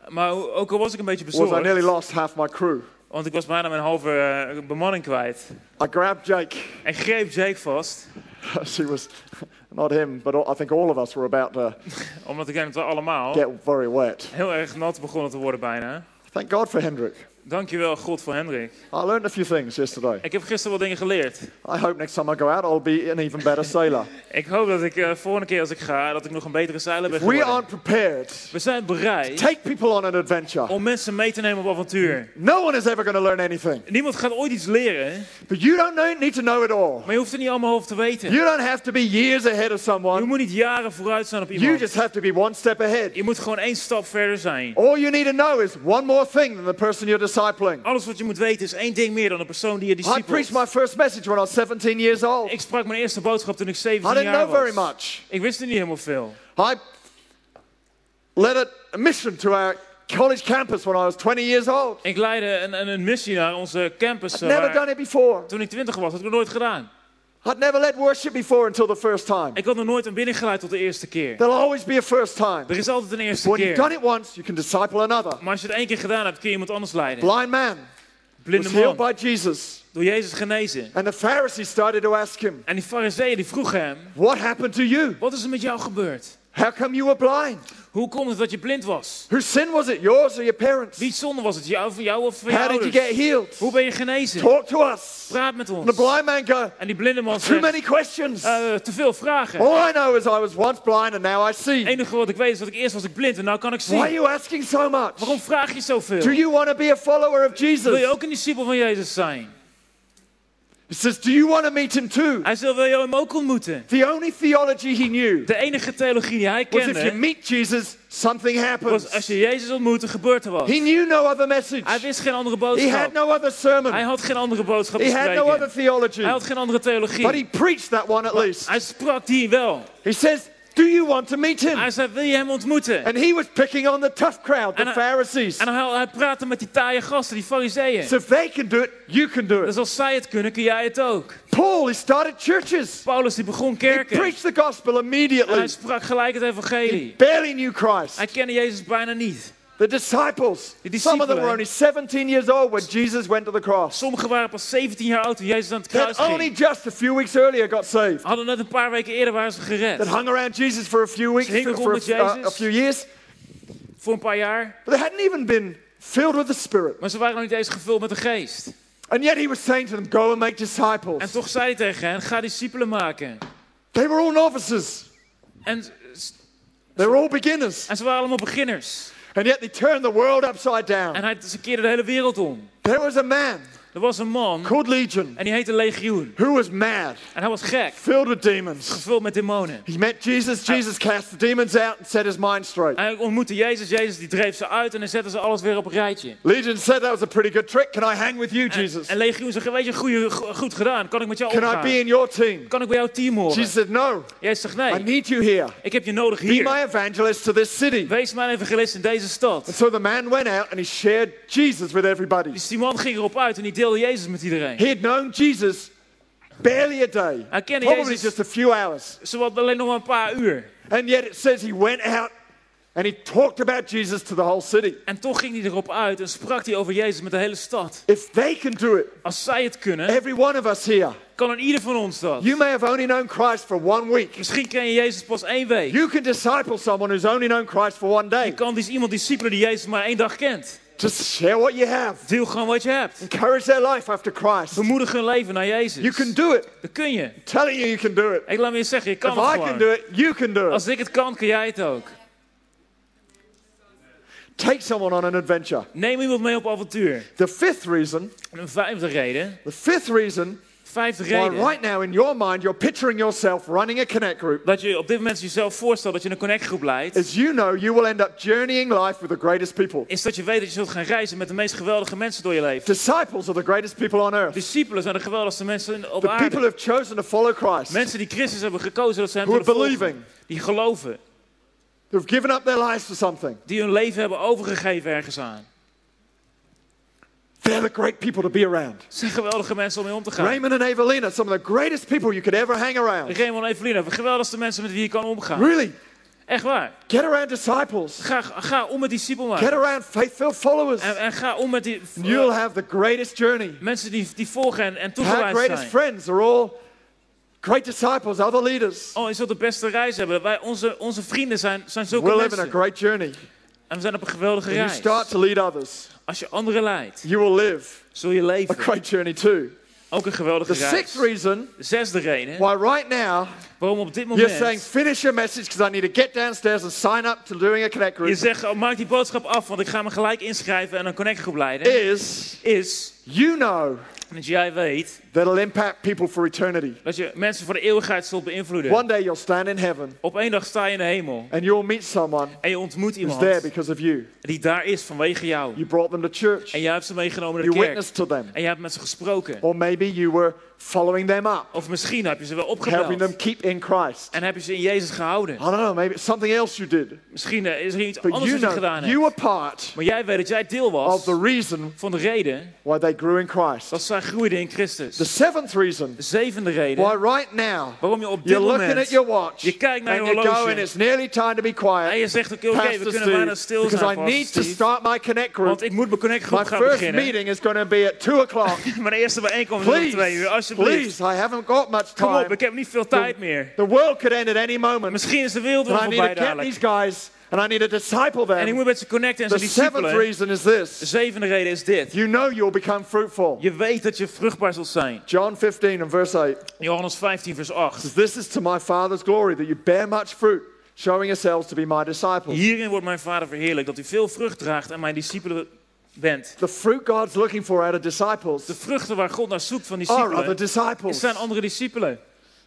B: Maar ho- ook al was ik een beetje
A: was I nearly
B: bezorgd,
A: lost half my crew.
B: want ik was bijna mijn halve eh, bemanning kwijt.
A: I grabbed Jake. <laughs>
B: En greep Jake vast,
A: She was <laughs> not him, but all, I think all of us were about to
B: omdat ik het wel allemaal
A: get very wet.
B: heel erg nat begonnen te worden bijna.
A: Thank God for Hendrik.
B: Dankjewel God voor Hendrik.
A: I learned a few things yesterday.
B: Ik heb gisteren wat dingen geleerd.
A: I hope next time I go out, I'll be an even better sailor.
B: Ik hoop dat ik eh volgende keer als ik ga, dat ik nog een betere zeiler ben
A: We
B: geworden.
A: aren't prepared.
B: We zijn bereid
A: Take people on an adventure.
B: om mensen mee te nemen op avontuur.
A: No one is ever going to learn anything,
B: Niemand gaat ooit iets leren,
A: but you don't know- need to know it all.
B: maar je hoeft het niet allemaal over te weten.
A: You don't have to be years ahead of
B: Je
A: someone.
B: moet niet jaren vooruit zijn op
A: You
B: iemand.
A: just have to be one step ahead.
B: Je moet gewoon één stap verder zijn.
A: All you need to know is one more thing than the person you're discipling.
B: Alles wat je moet weten is één ding meer dan de persoon die je
A: I preached
B: discipelt.
A: my first message when I was 17 years old.
B: Ik sprak mijn eerste boodschap toen ik
A: I
B: 17
A: didn't know
B: jaar
A: very
B: was.
A: much.
B: Ik wist er niet helemaal veel.
A: I led a- a mission to our college campus when I was 20 years old.
B: Ik leidde een, een, een missie naar onze campus. eh,
A: Never
B: waar-
A: done it before.
B: toen ik 20 was, had ik nog nooit gedaan.
A: I'd never led worship before until the first time.
B: Ik had nog nooit een binnengeleid tot de eerste keer.
A: There'll always be a first time.
B: Er is altijd een eerste
A: When you've done
B: keer.
A: it once, you can disciple another.
B: Maar als je het één keer gedaan hebt, kun je iemand anders leiden.
A: Blind man was
B: Blinde
A: healed
B: man,
A: by Jesus,
B: door Jezus genezen.
A: and the Pharisees started to ask him,
B: En die fariseeën die vroegen hem,
A: "What happened to you?
B: wat is er met jou gebeurd?
A: How come you were blind?
B: Hoe komt het dat je blind was?
A: Whose sin was it, yours or your parents?
B: Wie zonde was het, jou, van jou of van je
A: How did you
B: ouders?
A: get healed?
B: Hoe ben je genezen?
A: Talk to us."
B: Praat met
A: And the
B: ons.
A: blind man go,
B: En die blinde man
A: "Too
B: zegt,
A: many questions.
B: eh, te veel vragen.
A: All I know is I was once blind and now I
B: Het
A: see.
B: enige wat ik weet is dat ik eerst was ik blind en nu kan ik
A: Why are
B: zien.
A: you asking so much?
B: Waarom vraag je
A: Do
B: zoveel?
A: you want to be a follower of
B: Wil je
A: Jesus?"
B: ook een discipel van Jezus zijn?
A: He says, "Do you want to meet him too?"
B: Hij zegt, wil je hem ook ontmoeten?
A: The only theology he knew
B: De enige theologie die hij
A: was if you
B: kende,
A: meet Jesus, something
B: was als
A: happens.
B: je Jezus ontmoette, gebeurt er wat.
A: He knew no other message.
B: Hij wist geen andere
A: He had
B: boodschap.
A: no other
B: Hij
A: sermon.
B: had geen andere boodschap
A: He
B: te
A: had no other
B: spreken.
A: theology.
B: Hij had geen andere
A: But he
B: theologie.
A: preached that one at least.
B: Hij sprak die wel.
A: He says, Do you want to meet him?
B: Hij zei, wil je hem ontmoeten?
A: And he was picking on the tough crowd, the
B: And I-
A: Pharisees.
B: En hij, hij praatte met die taaie gasten, die fariseeën.
A: So if they can do it, you can do
B: Dus
A: it.
B: als zij het kunnen, kun jij het ook.
A: Paul, he started churches.
B: Paulus die begon
A: He
B: kerken.
A: preached the gospel
B: En hij
A: immediately.
B: sprak gelijk het evangelie.
A: Barely knew Christ.
B: Hij kende Jezus bijna niet.
A: The disciples,
B: Die
A: some of them
B: discipelen.
A: were only 17 years old when Jesus went to the cross.
B: Sommigen waren pas 17 jaar oud toen Jezus aan het
A: That
B: kruis
A: only
B: ging.
A: just a few weeks earlier got saved.
B: Hadden net een paar weken eerder waren ze
A: That
B: gered.
A: hung around Jesus for a few weeks,
B: hingen
A: for,
B: rond
A: for
B: met
A: a, uh,
B: Jezus.
A: a few years.
B: Voor een paar jaar.
A: But they hadn't even been filled with the Spirit.
B: Maar ze waren nog niet eens gevuld met de geest.
A: And yet he was saying to them, Go and make
B: En
A: disciples.
B: toch zei hij tegen hen, ga discipelen maken.
A: They were all novices,
B: En,
A: they were all beginners.
B: en ze waren allemaal beginners.
A: And yet they turned the world upside
B: En
A: down.
B: hij, ze keerden de hele wereld om.
A: There was a man
B: Er was een man,
A: called Legion
B: en die heette Legioen.
A: who was mad,
B: En hij was gek,
A: filled with demons.
B: gevuld met demonen.
A: He met Jesus, Jesus cast the demons out and set his mind straight.
B: Hij ontmoette Jezus, Jezus die dreef ze uit en dan zetten ze alles weer op een rijtje.
A: Legion said, That was a pretty good trick. Can I hang with you, Jesus?
B: En Legioen zegt, weet je, goeie, go- goed gedaan, kan ik met jou
A: Can I be
B: omgaan?
A: in your team?
B: Kan ik bij jouw team horen?
A: Jesus said, No,
B: Jezus zegt,
A: I
B: nee,
A: need you here.
B: ik heb je nodig
A: Be
B: hier.
A: my evangelist to this city.
B: Wees mijn evangelist in deze stad.
A: So the man went out and he shared Jesus with everybody.
B: Dus die man ging erop uit en die deelde Jezus met iedereen.
A: He had known Jesus barely a day,
B: Hij kende
A: probably
B: Jezus.
A: just a few hours.
B: Zowat alleen nog maar een paar uur.
A: And yet it says he went out and he talked about Jesus to the whole city.
B: En toch ging hij erop uit en sprak hij over Jezus met de hele stad.
A: If they can do it,
B: Als zij het kunnen,
A: every one of us here,
B: kan een ieder van ons dat.
A: you may have only known Christ for one week.
B: Misschien ken je Jezus pas één week.
A: You can disciple someone who's only known Christ for one day.
B: Je kan dus iemand discipelen die Jezus maar één dag kent.
A: Just share what you have.
B: Deel gewoon wat je hebt.
A: Encourage their life after Christ.
B: Bemoedig hun leven naar Jezus.
A: You can do it.
B: Dat kun je.
A: I'm telling you, you can do it.
B: Ik laat me eens zeggen, je kan
A: If
B: het
A: I
B: gewoon.
A: can do it, you can do
B: Als
A: it.
B: ik het kan, kun jij het ook.
A: Take someone on an adventure.
B: Neem iemand mee op avontuur.
A: The fifth reason,
B: En een vijfde reden.
A: the fifth reason
B: Vijfde
A: why
B: reden.
A: right now in your mind you're picturing yourself running a connect group
B: Dat je op dit moment jezelf voorstelt dat je een connectgroep leidt.
A: is you know you will end up journeying life with the greatest people.
B: Is dat je weet dat je zult gaan reizen met de meest geweldige mensen door je leven.
A: Disciples are the greatest people on earth.
B: Discipelen zijn de geweldigste mensen op
A: The people
B: aarde.
A: who've chosen to follow Christ,
B: Mensen die Christus hebben gekozen dat ze hem
A: Who are
B: willen volgen.
A: believing.
B: Die geloven.
A: who've given up their lives for something.
B: Die hun leven hebben overgegeven ergens aan.
A: They're the great people to be around.
B: Het zijn geweldige mensen om mee om te gaan.
A: Raymond and Evelyn are some of the greatest people you could ever hang around.
B: Raymond en Evelina, de geweldigste mensen met wie je kan omgaan.
A: Really,
B: Echt waar.
A: get around disciples.
B: Ga, ga om met discipelen
A: Get
B: maken.
A: around faith-filled followers.
B: En, en ga om met die eh,
A: You'll have the greatest journey.
B: mensen die, die volgen en, en
A: Our
B: toegewijd
A: greatest
B: zijn.
A: friends are all great disciples, other leaders.
B: Oh, je zult de beste reis hebben. Wij, onze, onze vrienden zijn, zijn zulke
A: We're living a
B: mensen.
A: great journey.
B: En we zijn op een geweldige
A: When you
B: reis.
A: start to lead others,
B: Als je anderen leidt,
A: you will live
B: zul je
A: a
B: leven
A: great journey too.
B: ook een geweldige
A: The
B: reis.
A: sixth reason
B: De zesde reden
A: why right now
B: waarom op dit
A: you're saying
B: moment
A: finish your message because I need to get downstairs and sign up to doing a connect
B: je
A: group
B: zegt, oh, maak die boodschap af, want ik ga me gelijk inschrijven en een connectgroep
A: Eh.
B: leiden,
A: is
B: is
A: you know
B: dat jij weet
A: that'll impact people for eternity.
B: dat je mensen voor de eeuwigheid zult beïnvloeden.
A: One day you'll stand in heaven
B: Op één dag sta je in de hemel
A: and you'll meet someone
B: en je ontmoet
A: who's there
B: iemand
A: because of you.
B: die daar is vanwege jou.
A: You brought them to church.
B: En jij hebt ze meegenomen naar
A: You
B: de kerk
A: witnessed to them.
B: en jij hebt met ze gesproken.
A: Or maybe you were following them up,
B: Of misschien heb je ze wel
A: helping them
B: opgebeld
A: keep in Christ.
B: en heb je ze in Jezus gehouden.
A: I don't know, maybe it's something else you did.
B: Misschien eh, is er iets
A: But
B: anders
A: you
B: wat je gedaan
A: know,
B: hebt.
A: you were part
B: Maar jij weet dat jij deel
A: of
B: was
A: the reason
B: van de reden
A: why they grew in Christ.
B: dat zij groeiden in
A: The
B: Christus.
A: seventh reason
B: De zevende reden
A: why right now
B: waarom je op dit
A: you're looking at
B: moment
A: your watch
B: Je kijkt naar je
A: and you go
B: horloge.
A: and it's nearly time to be
B: en
A: quiet.
B: je zegt oké, oké,
A: Pastor
B: we kunnen bijna
A: Steve,
B: stil
A: because I
B: zijn,
A: need
B: Pastor
A: to
B: Steve,
A: start my connect group.
B: want ik moet mijn connectgroep
A: My
B: gaan
A: first
B: beginnen.
A: meeting is going to be at two o'clock.
B: Mijn eerste bijeenkomst is om
A: Please,
B: twee uur, alsjeblieft.
A: please, I haven't got much
B: Kom op,
A: time.
B: ik heb niet veel tijd meer.
A: The world could end at any moment.
B: Misschien is de wereld
A: And
B: wel
A: I need to
B: voorbij
A: get these
B: dadelijk.
A: guys and I need to disciple
B: En ik
A: them.
B: moet met ze connecten en ze
A: The seventh
B: discipelen.
A: reason is
B: De
A: this
B: zevende reden is dit.
A: you know you'll become fruitful.
B: Je weet dat je vruchtbaar zult zijn.
A: John 15 and verse 8
B: Johannes 15 vers 8.
A: says, This is to my Father's glory that you bear much fruit, showing yourselves to be my disciples.
B: Hierin wordt mijn vader verheerlijk dat u veel vrucht draagt en mijn discipelen bent.
A: The fruit God's looking for out of
B: De
A: disciples
B: vruchten waar God naar zoekt van
A: are other
B: discipelen
A: disciples.
B: zijn andere discipelen.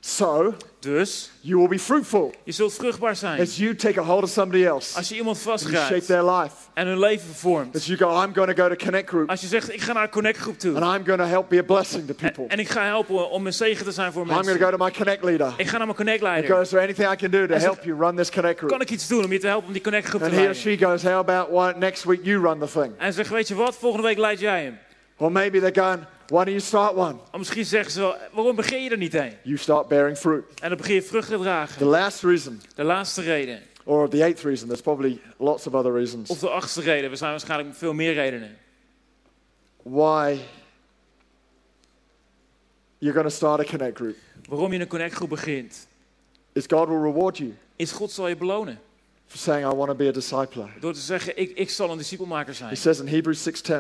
A: So
B: Dus
A: you will be fruitful
B: je zult vruchtbaar zijn.
A: as you take a hold of somebody else,
B: Als je iemand
A: you shape
B: vastgrijpt
A: their life.
B: en hun leven vormt.
A: As you go, I'm going to go to Connect Group
B: Als je zegt, ik ga naar een connectgroep
A: and
B: toe.
A: I'm going to help be a blessing to
B: En,
A: people.
B: en ik ga helpen om een zegen te zijn voor
A: I'm going to
B: mensen.
A: go to my Connect leader.
B: Ik ga naar mijn
A: He goes,
B: connectleider.
A: Is there anything I can do to
B: Hij zegt-
A: help you run this Connect
B: Kan
A: Group?
B: ik iets doen om je te helpen om die connectgroep te
A: And he or
B: leiden?
A: she goes, How about why, next week you run the thing?
B: En zeg, weet je wat, volgende week leid jij hem.
A: Or maybe they're going, Why don't you start one?
B: Of misschien zeggen ze wel, waarom begin je er niet heen?
A: You start bearing fruit.
B: En dan begin je vrucht te dragen.
A: The last reason,
B: De laatste reden.
A: or the eighth reason, there's probably lots of other reasons
B: Of de achtste reden. We zijn waarschijnlijk met veel meer redenen.
A: why you're going to start a connect group
B: Waarom je een connectgroep begint.
A: is God will reward you
B: Is God zal je belonen.
A: for saying, I want to be a discipler.
B: Door te zeggen, ik, ik zal een discipelmaker
A: He
B: zijn.
A: says in Hebrews 6.10,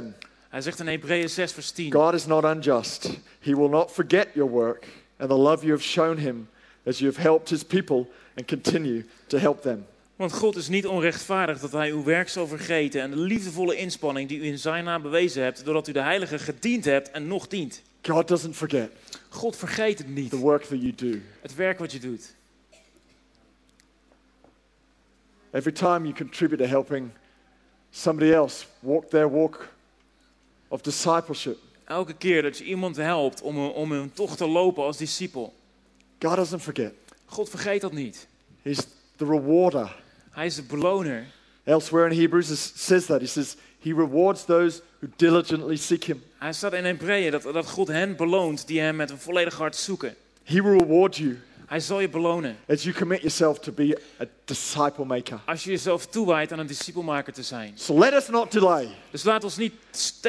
B: Hij zegt in Hebreeën 6 vers 10.
A: God is not unjust. He will not forget your work and the love you have shown him as you have helped his people and continue to help them.
B: Want God is niet onrechtvaardig dat hij uw werk zal vergeten en de liefdevolle inspanning die u in zijn naam bewezen hebt, doordat u de heilige gediend hebt en nog dient.
A: God doesn't forget
B: God vergeet het niet,
A: the work that you do.
B: het werk wat je doet.
A: Every time you contribute to helping somebody else walk their walk of discipleship,
B: Elke keer dat je iemand helpt om, hun- om hun tocht te lopen als discipel,
A: God doesn't forget.
B: God vergeet dat niet.
A: He's the rewarder.
B: Hij is de beloner.
A: Elsewhere in Hebrews it says that. He says, He rewards those who diligently seek Him.
B: Hij staat in Hebreeën dat, dat God hen beloont die hem met een volledig hart zoeken.
A: He will reward you
B: Hij zal je belonen
A: as you commit yourself to be a disciple maker.
B: Als je jezelf toewijdt aan een discipelmaker te zijn.
A: So let us not delay.
B: Dus laat ons niet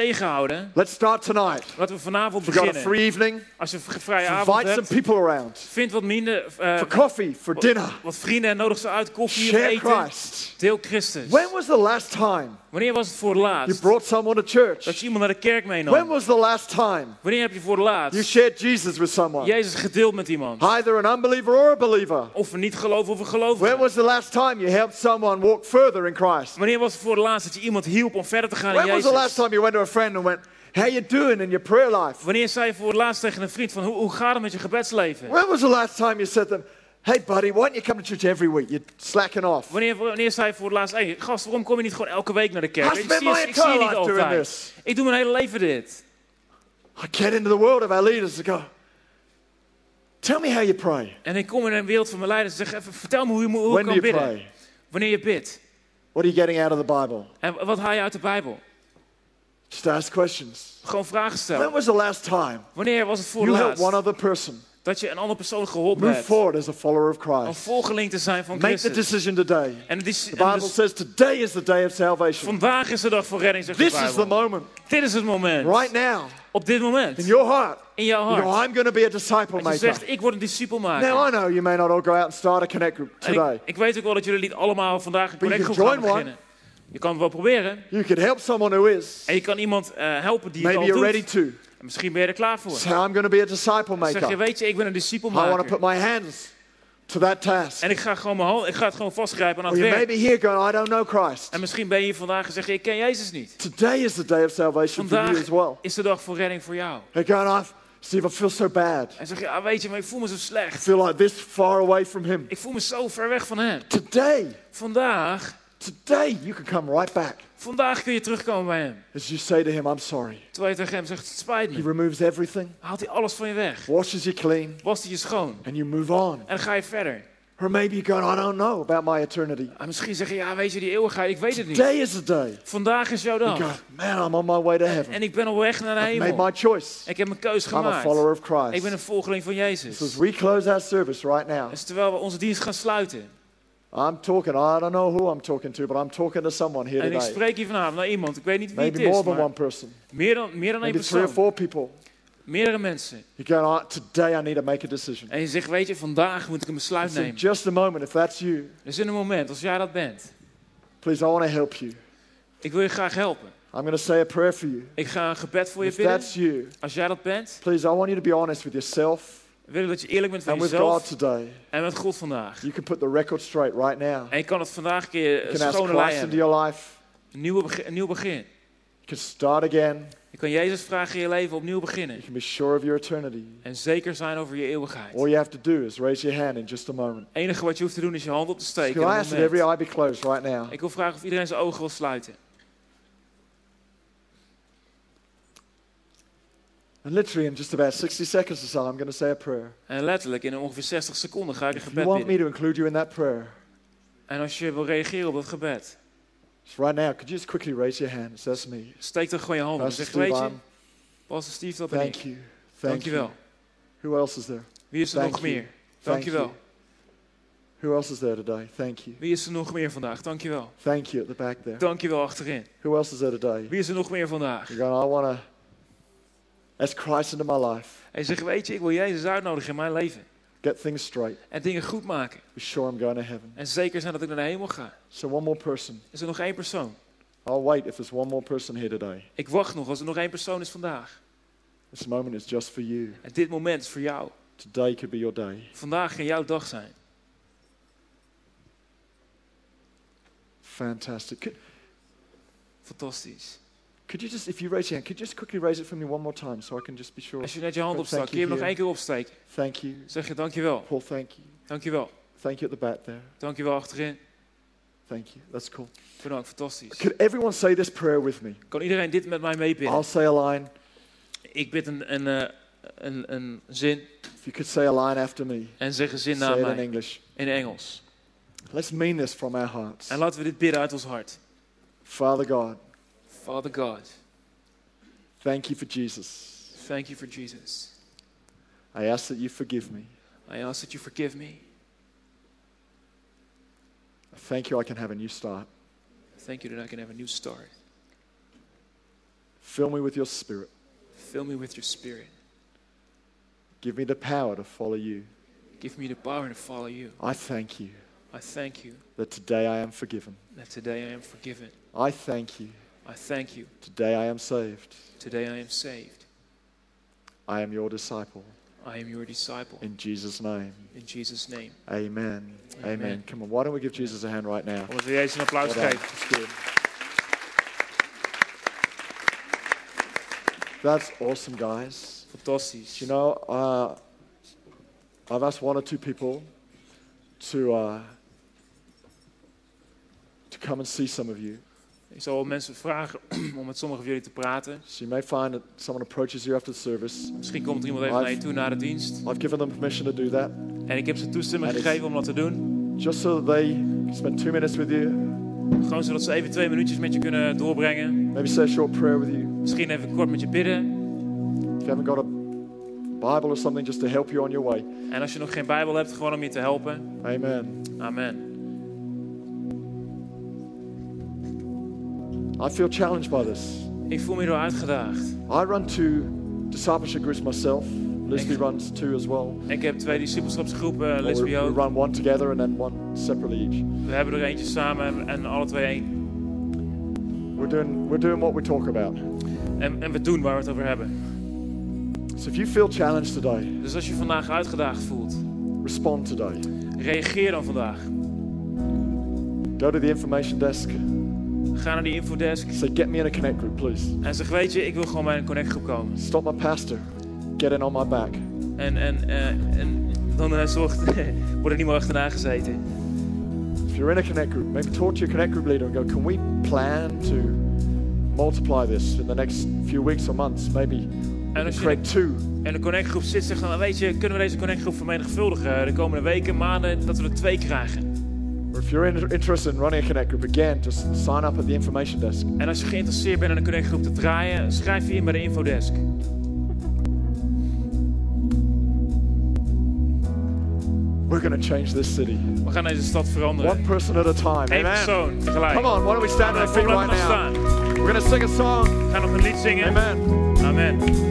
B: tegenhouden.
A: Let's start tonight.
B: Laten we vanavond
A: If you've got a
B: beginnen.
A: free evening,
B: Als je een vrije avond
A: invite some
B: hebt,
A: people around
B: vind wat minder, eh,
A: for coffee, for dinner.
B: wat vrienden en nodig ze uit, koffie of
A: Share
B: eten.
A: Christ.
B: Deel Christus.
A: When was the last time
B: Wanneer was het voor
A: you
B: laatst
A: brought someone to
B: dat
A: church?
B: je iemand naar de kerk
A: When
B: meenam?
A: was the last time
B: Wanneer heb je voor
A: you
B: laatst
A: shared Jesus with someone?
B: Jezus gedeeld met iemand?
A: Either an unbeliever or a believer.
B: Of we niet geloven of
A: When
B: we geloven.
A: was the last time you helped someone walk further in Christ?
B: Wanneer was het voor het laatst dat je iemand hielp om verder te gaan in
A: When was the last
B: Jezus?
A: time you went to a friend and went, How you doing in your prayer life?
B: Wanneer zei je voor het laatst tegen een vriend van hoe, hoe gaat het met je gebedsleven?
A: When was the last time you said to them, Hey buddy, why don't you come to church every week? You're slacking off.
B: Wanneer, wanneer zei je voor het laatst, hey, gast, waarom kom je niet gewoon elke week naar de kerk?
A: I've
B: Ik
A: spent
B: zie,
A: my
B: je- ik zie je
A: entire
B: niet
A: life doing
B: altijd.
A: this.
B: Ik doe mijn hele leven dit.
A: I get into the world of our leaders and go, Tell me how you pray.
B: En ik kom in een wereld van mijn leiders en zeg, even, vertel me hoe je mo- hoe ik
A: When do you
B: kan bidden.
A: pray?
B: Wanneer je bidt.
A: What are you getting out of the Bible?
B: En wat haal je uit de Bijbel?
A: Just ask questions.
B: Gewoon vragen
A: When
B: stellen.
A: was the last time
B: Wanneer was het voor
A: you
B: het
A: helped one
B: laatst
A: other person
B: dat je een andere persoon geholpen
A: move
B: hebt?
A: forward as a follower of
B: Om
A: Christ?
B: volgeling te zijn van
A: Make the
B: Christus.
A: decision today.
B: En het is,
A: The
B: en
A: Bible
B: dus
A: says today is the day of salvation.
B: vandaag is de dag voor redding, zegt
A: This
B: de
A: is
B: Bijbel.
A: the moment,
B: Dit is het moment.
A: right now,
B: Op dit moment.
A: in your heart.
B: in jouw
A: You
B: hart.
A: go, I'm going to be a disciple
B: dat je
A: maker.
B: zegt, ik word een discipel maken.
A: Now I know you may not all go out and start a connect group
B: En
A: today.
B: ik, ik weet ook wel dat jullie niet allemaal vandaag een
A: But you
B: connectgroep
A: can
B: gaan
A: join one.
B: beginnen. Je kan het wel proberen.
A: You could help someone who is.
B: En je kan iemand eh, helpen die het
A: Maybe
B: al
A: you're
B: doet.
A: ready to.
B: En misschien ben je er klaar voor.
A: Say, I'm going to be a disciple
B: Zeg je,
A: maker.
B: weet je, ik ben een discipel
A: I want to put
B: maken.
A: my hands to that task.
B: En ik ga, gewoon mijn hand, ik ga het gewoon vastgrijpen aan
A: Or
B: het
A: you may
B: werk.
A: be here going, I don't know Christ.
B: En misschien ben je hier vandaag en zeg je, ik ken Jezus niet.
A: Today is the day of salvation for you
B: Vandaag
A: as well.
B: is de dag voor redding voor jou.
A: They're going, I've, Steve, I feel so bad.
B: En zeg je, ah, weet je, maar ik voel me zo
A: I
B: slecht.
A: feel like this far away from Him.
B: Ik voel me zo ver weg van hem.
A: Today,
B: Vandaag,
A: today, you can come right back
B: vandaag kun je terugkomen bij hem.
A: as you say to Him, I'm sorry.
B: Terwijl je tegen hem zegt, het spijt
A: He
B: me.
A: removes everything,
B: Haalt hij alles van je weg.
A: washes you clean,
B: Was hij je schoon.
A: and you move on.
B: En dan ga je verder.
A: Or maybe you're going, I don't know about my eternity.
B: En misschien zeg je, ja, weet je, die eeuwigheid, ik weet het niet.
A: Today is the day.
B: Vandaag is jouw
A: You go,
B: dag.
A: man, I'm on my way to heaven.
B: En ik ben al weg naar de
A: I've made
B: hemel.
A: my choice.
B: Ik heb mijn keus
A: I'm a
B: gemaakt.
A: follower of
B: Ik ben een
A: Christ.
B: volgeling van
A: So as
B: Jezus.
A: we close our service right now,
B: Dus terwijl we onze dienst gaan sluiten.
A: I'm talking, I don't know who I'm talking to, but I'm talking to someone here
B: En ik
A: today.
B: spreek hier vanavond naar iemand. Ik weet niet wie het
A: Maybe more
B: is,
A: than
B: maar
A: one person,
B: meer dan, meer dan één
A: maybe three or
B: persoon.
A: four people.
B: Meerdere mensen.
A: You go, "Oh, today I need to make a decision.
B: En je zegt, weet je, vandaag moet ik een besluit
A: So in
B: nemen.
A: just a moment, if that's you,
B: Dus in een moment, als jij dat bent.
A: please, I want to help you.
B: Ik wil je graag helpen.
A: I'm going to say a prayer for you.
B: Ik ga een gebed voor je
A: If
B: bidden.
A: that's you,
B: Als jij dat bent,
A: please, I want you to be honest with yourself
B: we willen dat je eerlijk bent van
A: and with God
B: jezelf
A: today.
B: en met God vandaag.
A: You can put the record straight right now.
B: En je kan het vandaag een keer
A: You
B: een
A: can ask
B: schone lijn
A: Christ into
B: hebben.
A: your life.
B: Een, nieuwe begin, een nieuw begin.
A: You can start again.
B: Je kan Jezus vragen in je leven opnieuw beginnen.
A: You can be sure of your eternity.
B: En zeker zijn over je eeuwigheid.
A: All you have to do is raise your hand in just a moment.
B: Het enige wat je hoeft te doen is je hand op te
A: So
B: steken.
A: Can
B: in
A: I
B: een
A: ask that
B: moment.
A: every eye be closed right now?
B: Ik wil vragen of iedereen zijn ogen wil sluiten.
A: And literally, in just about 60 seconds or so, I'm going to say a prayer.
B: En letterlijk, in ongeveer 60 seconden ga ik een
A: If you
B: gebed
A: want
B: bidden.
A: me to include you in that prayer,
B: En als je wil reageren op dat gebed,
A: just right now, could you just quickly raise your hand? So that's me.
B: steek dan gewoon je hand op. En
A: Pastor
B: zeg,
A: Steve,
B: weet je,
A: I'm-
B: Pastor Steve, dat ben ik.
A: thank you. Thank you.
B: Dankjewel.
A: Who else is there?
B: Wie is er
A: Thank
B: nog
A: you.
B: meer?
A: Thank you.
B: Dankjewel.
A: Who else is there today? Thank you.
B: Wie is er nog meer vandaag? Dankjewel.
A: Thank you at the back there.
B: Dankjewel achterin.
A: Who else is there today?
B: Wie is er nog meer vandaag?
A: You're going, I want to ask Christ into my life,
B: Hij zegt, weet je, ik wil Jezus uitnodigen in mijn leven.
A: get things straight,
B: En dingen goed maken.
A: be sure I'm going to heaven.
B: En zeker zijn dat ik naar de hemel ga.
A: So, one more person.
B: Is er nog één persoon?
A: I'll wait if there's one more person here today.
B: Ik wacht nog als er nog één persoon is vandaag.
A: This moment is just for you.
B: En dit moment is voor jou.
A: Today could be your day.
B: Vandaag kan jouw dag zijn.
A: Fantastic. Could,
B: Fantastisch.
A: could you just, if you raise your hand, could you just quickly raise it for me one more time so I can just be sure?
B: Als je net je hand
A: Goed,
B: opstak, kun je
A: thank you.
B: hem nog één keer opsteken.
A: Thank you.
B: Zeg je dankjewel,
A: Paul, thank you.
B: dankjewel,
A: Thank you at the back there.
B: dankjewel achterin.
A: Thank you. That's cool.
B: Bedankt, fantastisch.
A: Could everyone say this prayer with me?
B: Kan iedereen dit met mij meebidden?
A: I'll say a line.
B: Ik bid een, een, eh, een, een zin
A: If you could say a line after me,
B: en zeg een zin na
A: say it in
B: mij
A: English.
B: in Engels.
A: Let's mean this from our hearts.
B: En laten we dit bidden uit ons hart.
A: Father God,
B: Father God,
A: thank you for Jesus.
B: thank you for Jesus.
A: I ask that you forgive me
B: I ask that you forgive me
A: Thank you, I can have a new start.
C: Thank you that I can have a new start.
A: Fill me with your spirit.
C: Fill me with your spirit.
A: Give me the power to follow you.
C: Give me the power to follow you.
A: I thank you
C: I thank you
A: that today I am forgiven.
C: that today I am forgiven.
A: I thank you
C: I thank you.
A: today I am saved.
C: Today I am saved.
A: I am your disciple.
C: I am your disciple.
A: In Jesus' name.
C: In Jesus' name.
A: Amen. Amen.
C: Amen.
A: Come on, why don't we give Jesus a hand right now?
B: Om het weer eens een applaus te
A: Well done.
B: geven.
A: That's good. That's awesome, guys.
B: Fantastisch.
A: You know, uh, I've asked one or two people to uh, to come and see some of you.
B: Ik zal wel mensen vragen <clears throat> om met sommigen van jullie te praten.
A: So you may find that someone approaches you after the service.
B: Misschien komt er iemand even naar je toe na de dienst.
A: I've given them permission to do that,
B: En ik heb ze toestemming
A: En ik-
B: gegeven om dat te doen.
A: just so that they spend two minutes with you,
B: Gewoon zodat ze even twee minuutjes met je kunnen doorbrengen.
A: maybe say a short prayer with you.
B: Misschien even kort met je bidden.
A: If you haven't got a Bible or something, just to help you on your way.
B: En als je nog geen Bijbel hebt, gewoon om je te helpen.
A: Amen.
B: Amen.
A: I feel challenged by this.
B: Ik voel me door uitgedaagd.
A: I run two discipleship groups myself. Lisby
B: Thanks.
A: runs two as well.
B: Ik heb twee discipelschapsgroepen, eh,
A: we, we
B: Lesbio. ook.
A: run one together and then one separately each.
B: We hebben er eentje samen en alle twee één.
A: We're doing, we're doing what we talk about.
B: En, en we doen waar we het over hebben.
A: So if you feel challenged today,
B: Dus als je vandaag uitgedaagd voelt,
A: respond today.
B: reageer dan vandaag.
A: Go to the information desk.
B: Ga naar die infodesk
A: Say, get me in a connect group, please.
B: en zeg, weet je, ik wil gewoon bij een connectgroep komen.
A: Stop my pastor. Get in on my back.
B: En, en, eh, en dan eh, zorgt, <laughs> wordt er niet meer achterna gezeten.
A: If you're in a connect group, maybe talk to your connect group leader and go, can we plan to multiply this in the next few weeks or months? Maybe
B: En als je
A: create two.
B: in een connectgroep zit, zeg dan, weet je, kunnen we deze connectgroep vermenigvuldigen de komende weken, maanden, dat we er twee krijgen.
A: Or if you're in- interested in running a Connect group, again, just sign up at the information desk.
B: En als je geïnteresseerd bent in een connectgroep te draaien, schrijf je in bij de infodesk.
A: We're going to change this city.
B: We gaan deze stad veranderen.
A: One person at a time.
B: Eén persoon tegelijk.
A: Come on, why don't we stand on our
B: Kom,
A: feet
B: laten
A: right
B: we
A: now?
B: staan.
A: We're going to sing a song.
B: We gaan nog een lied zingen.
A: Amen.
B: Amen.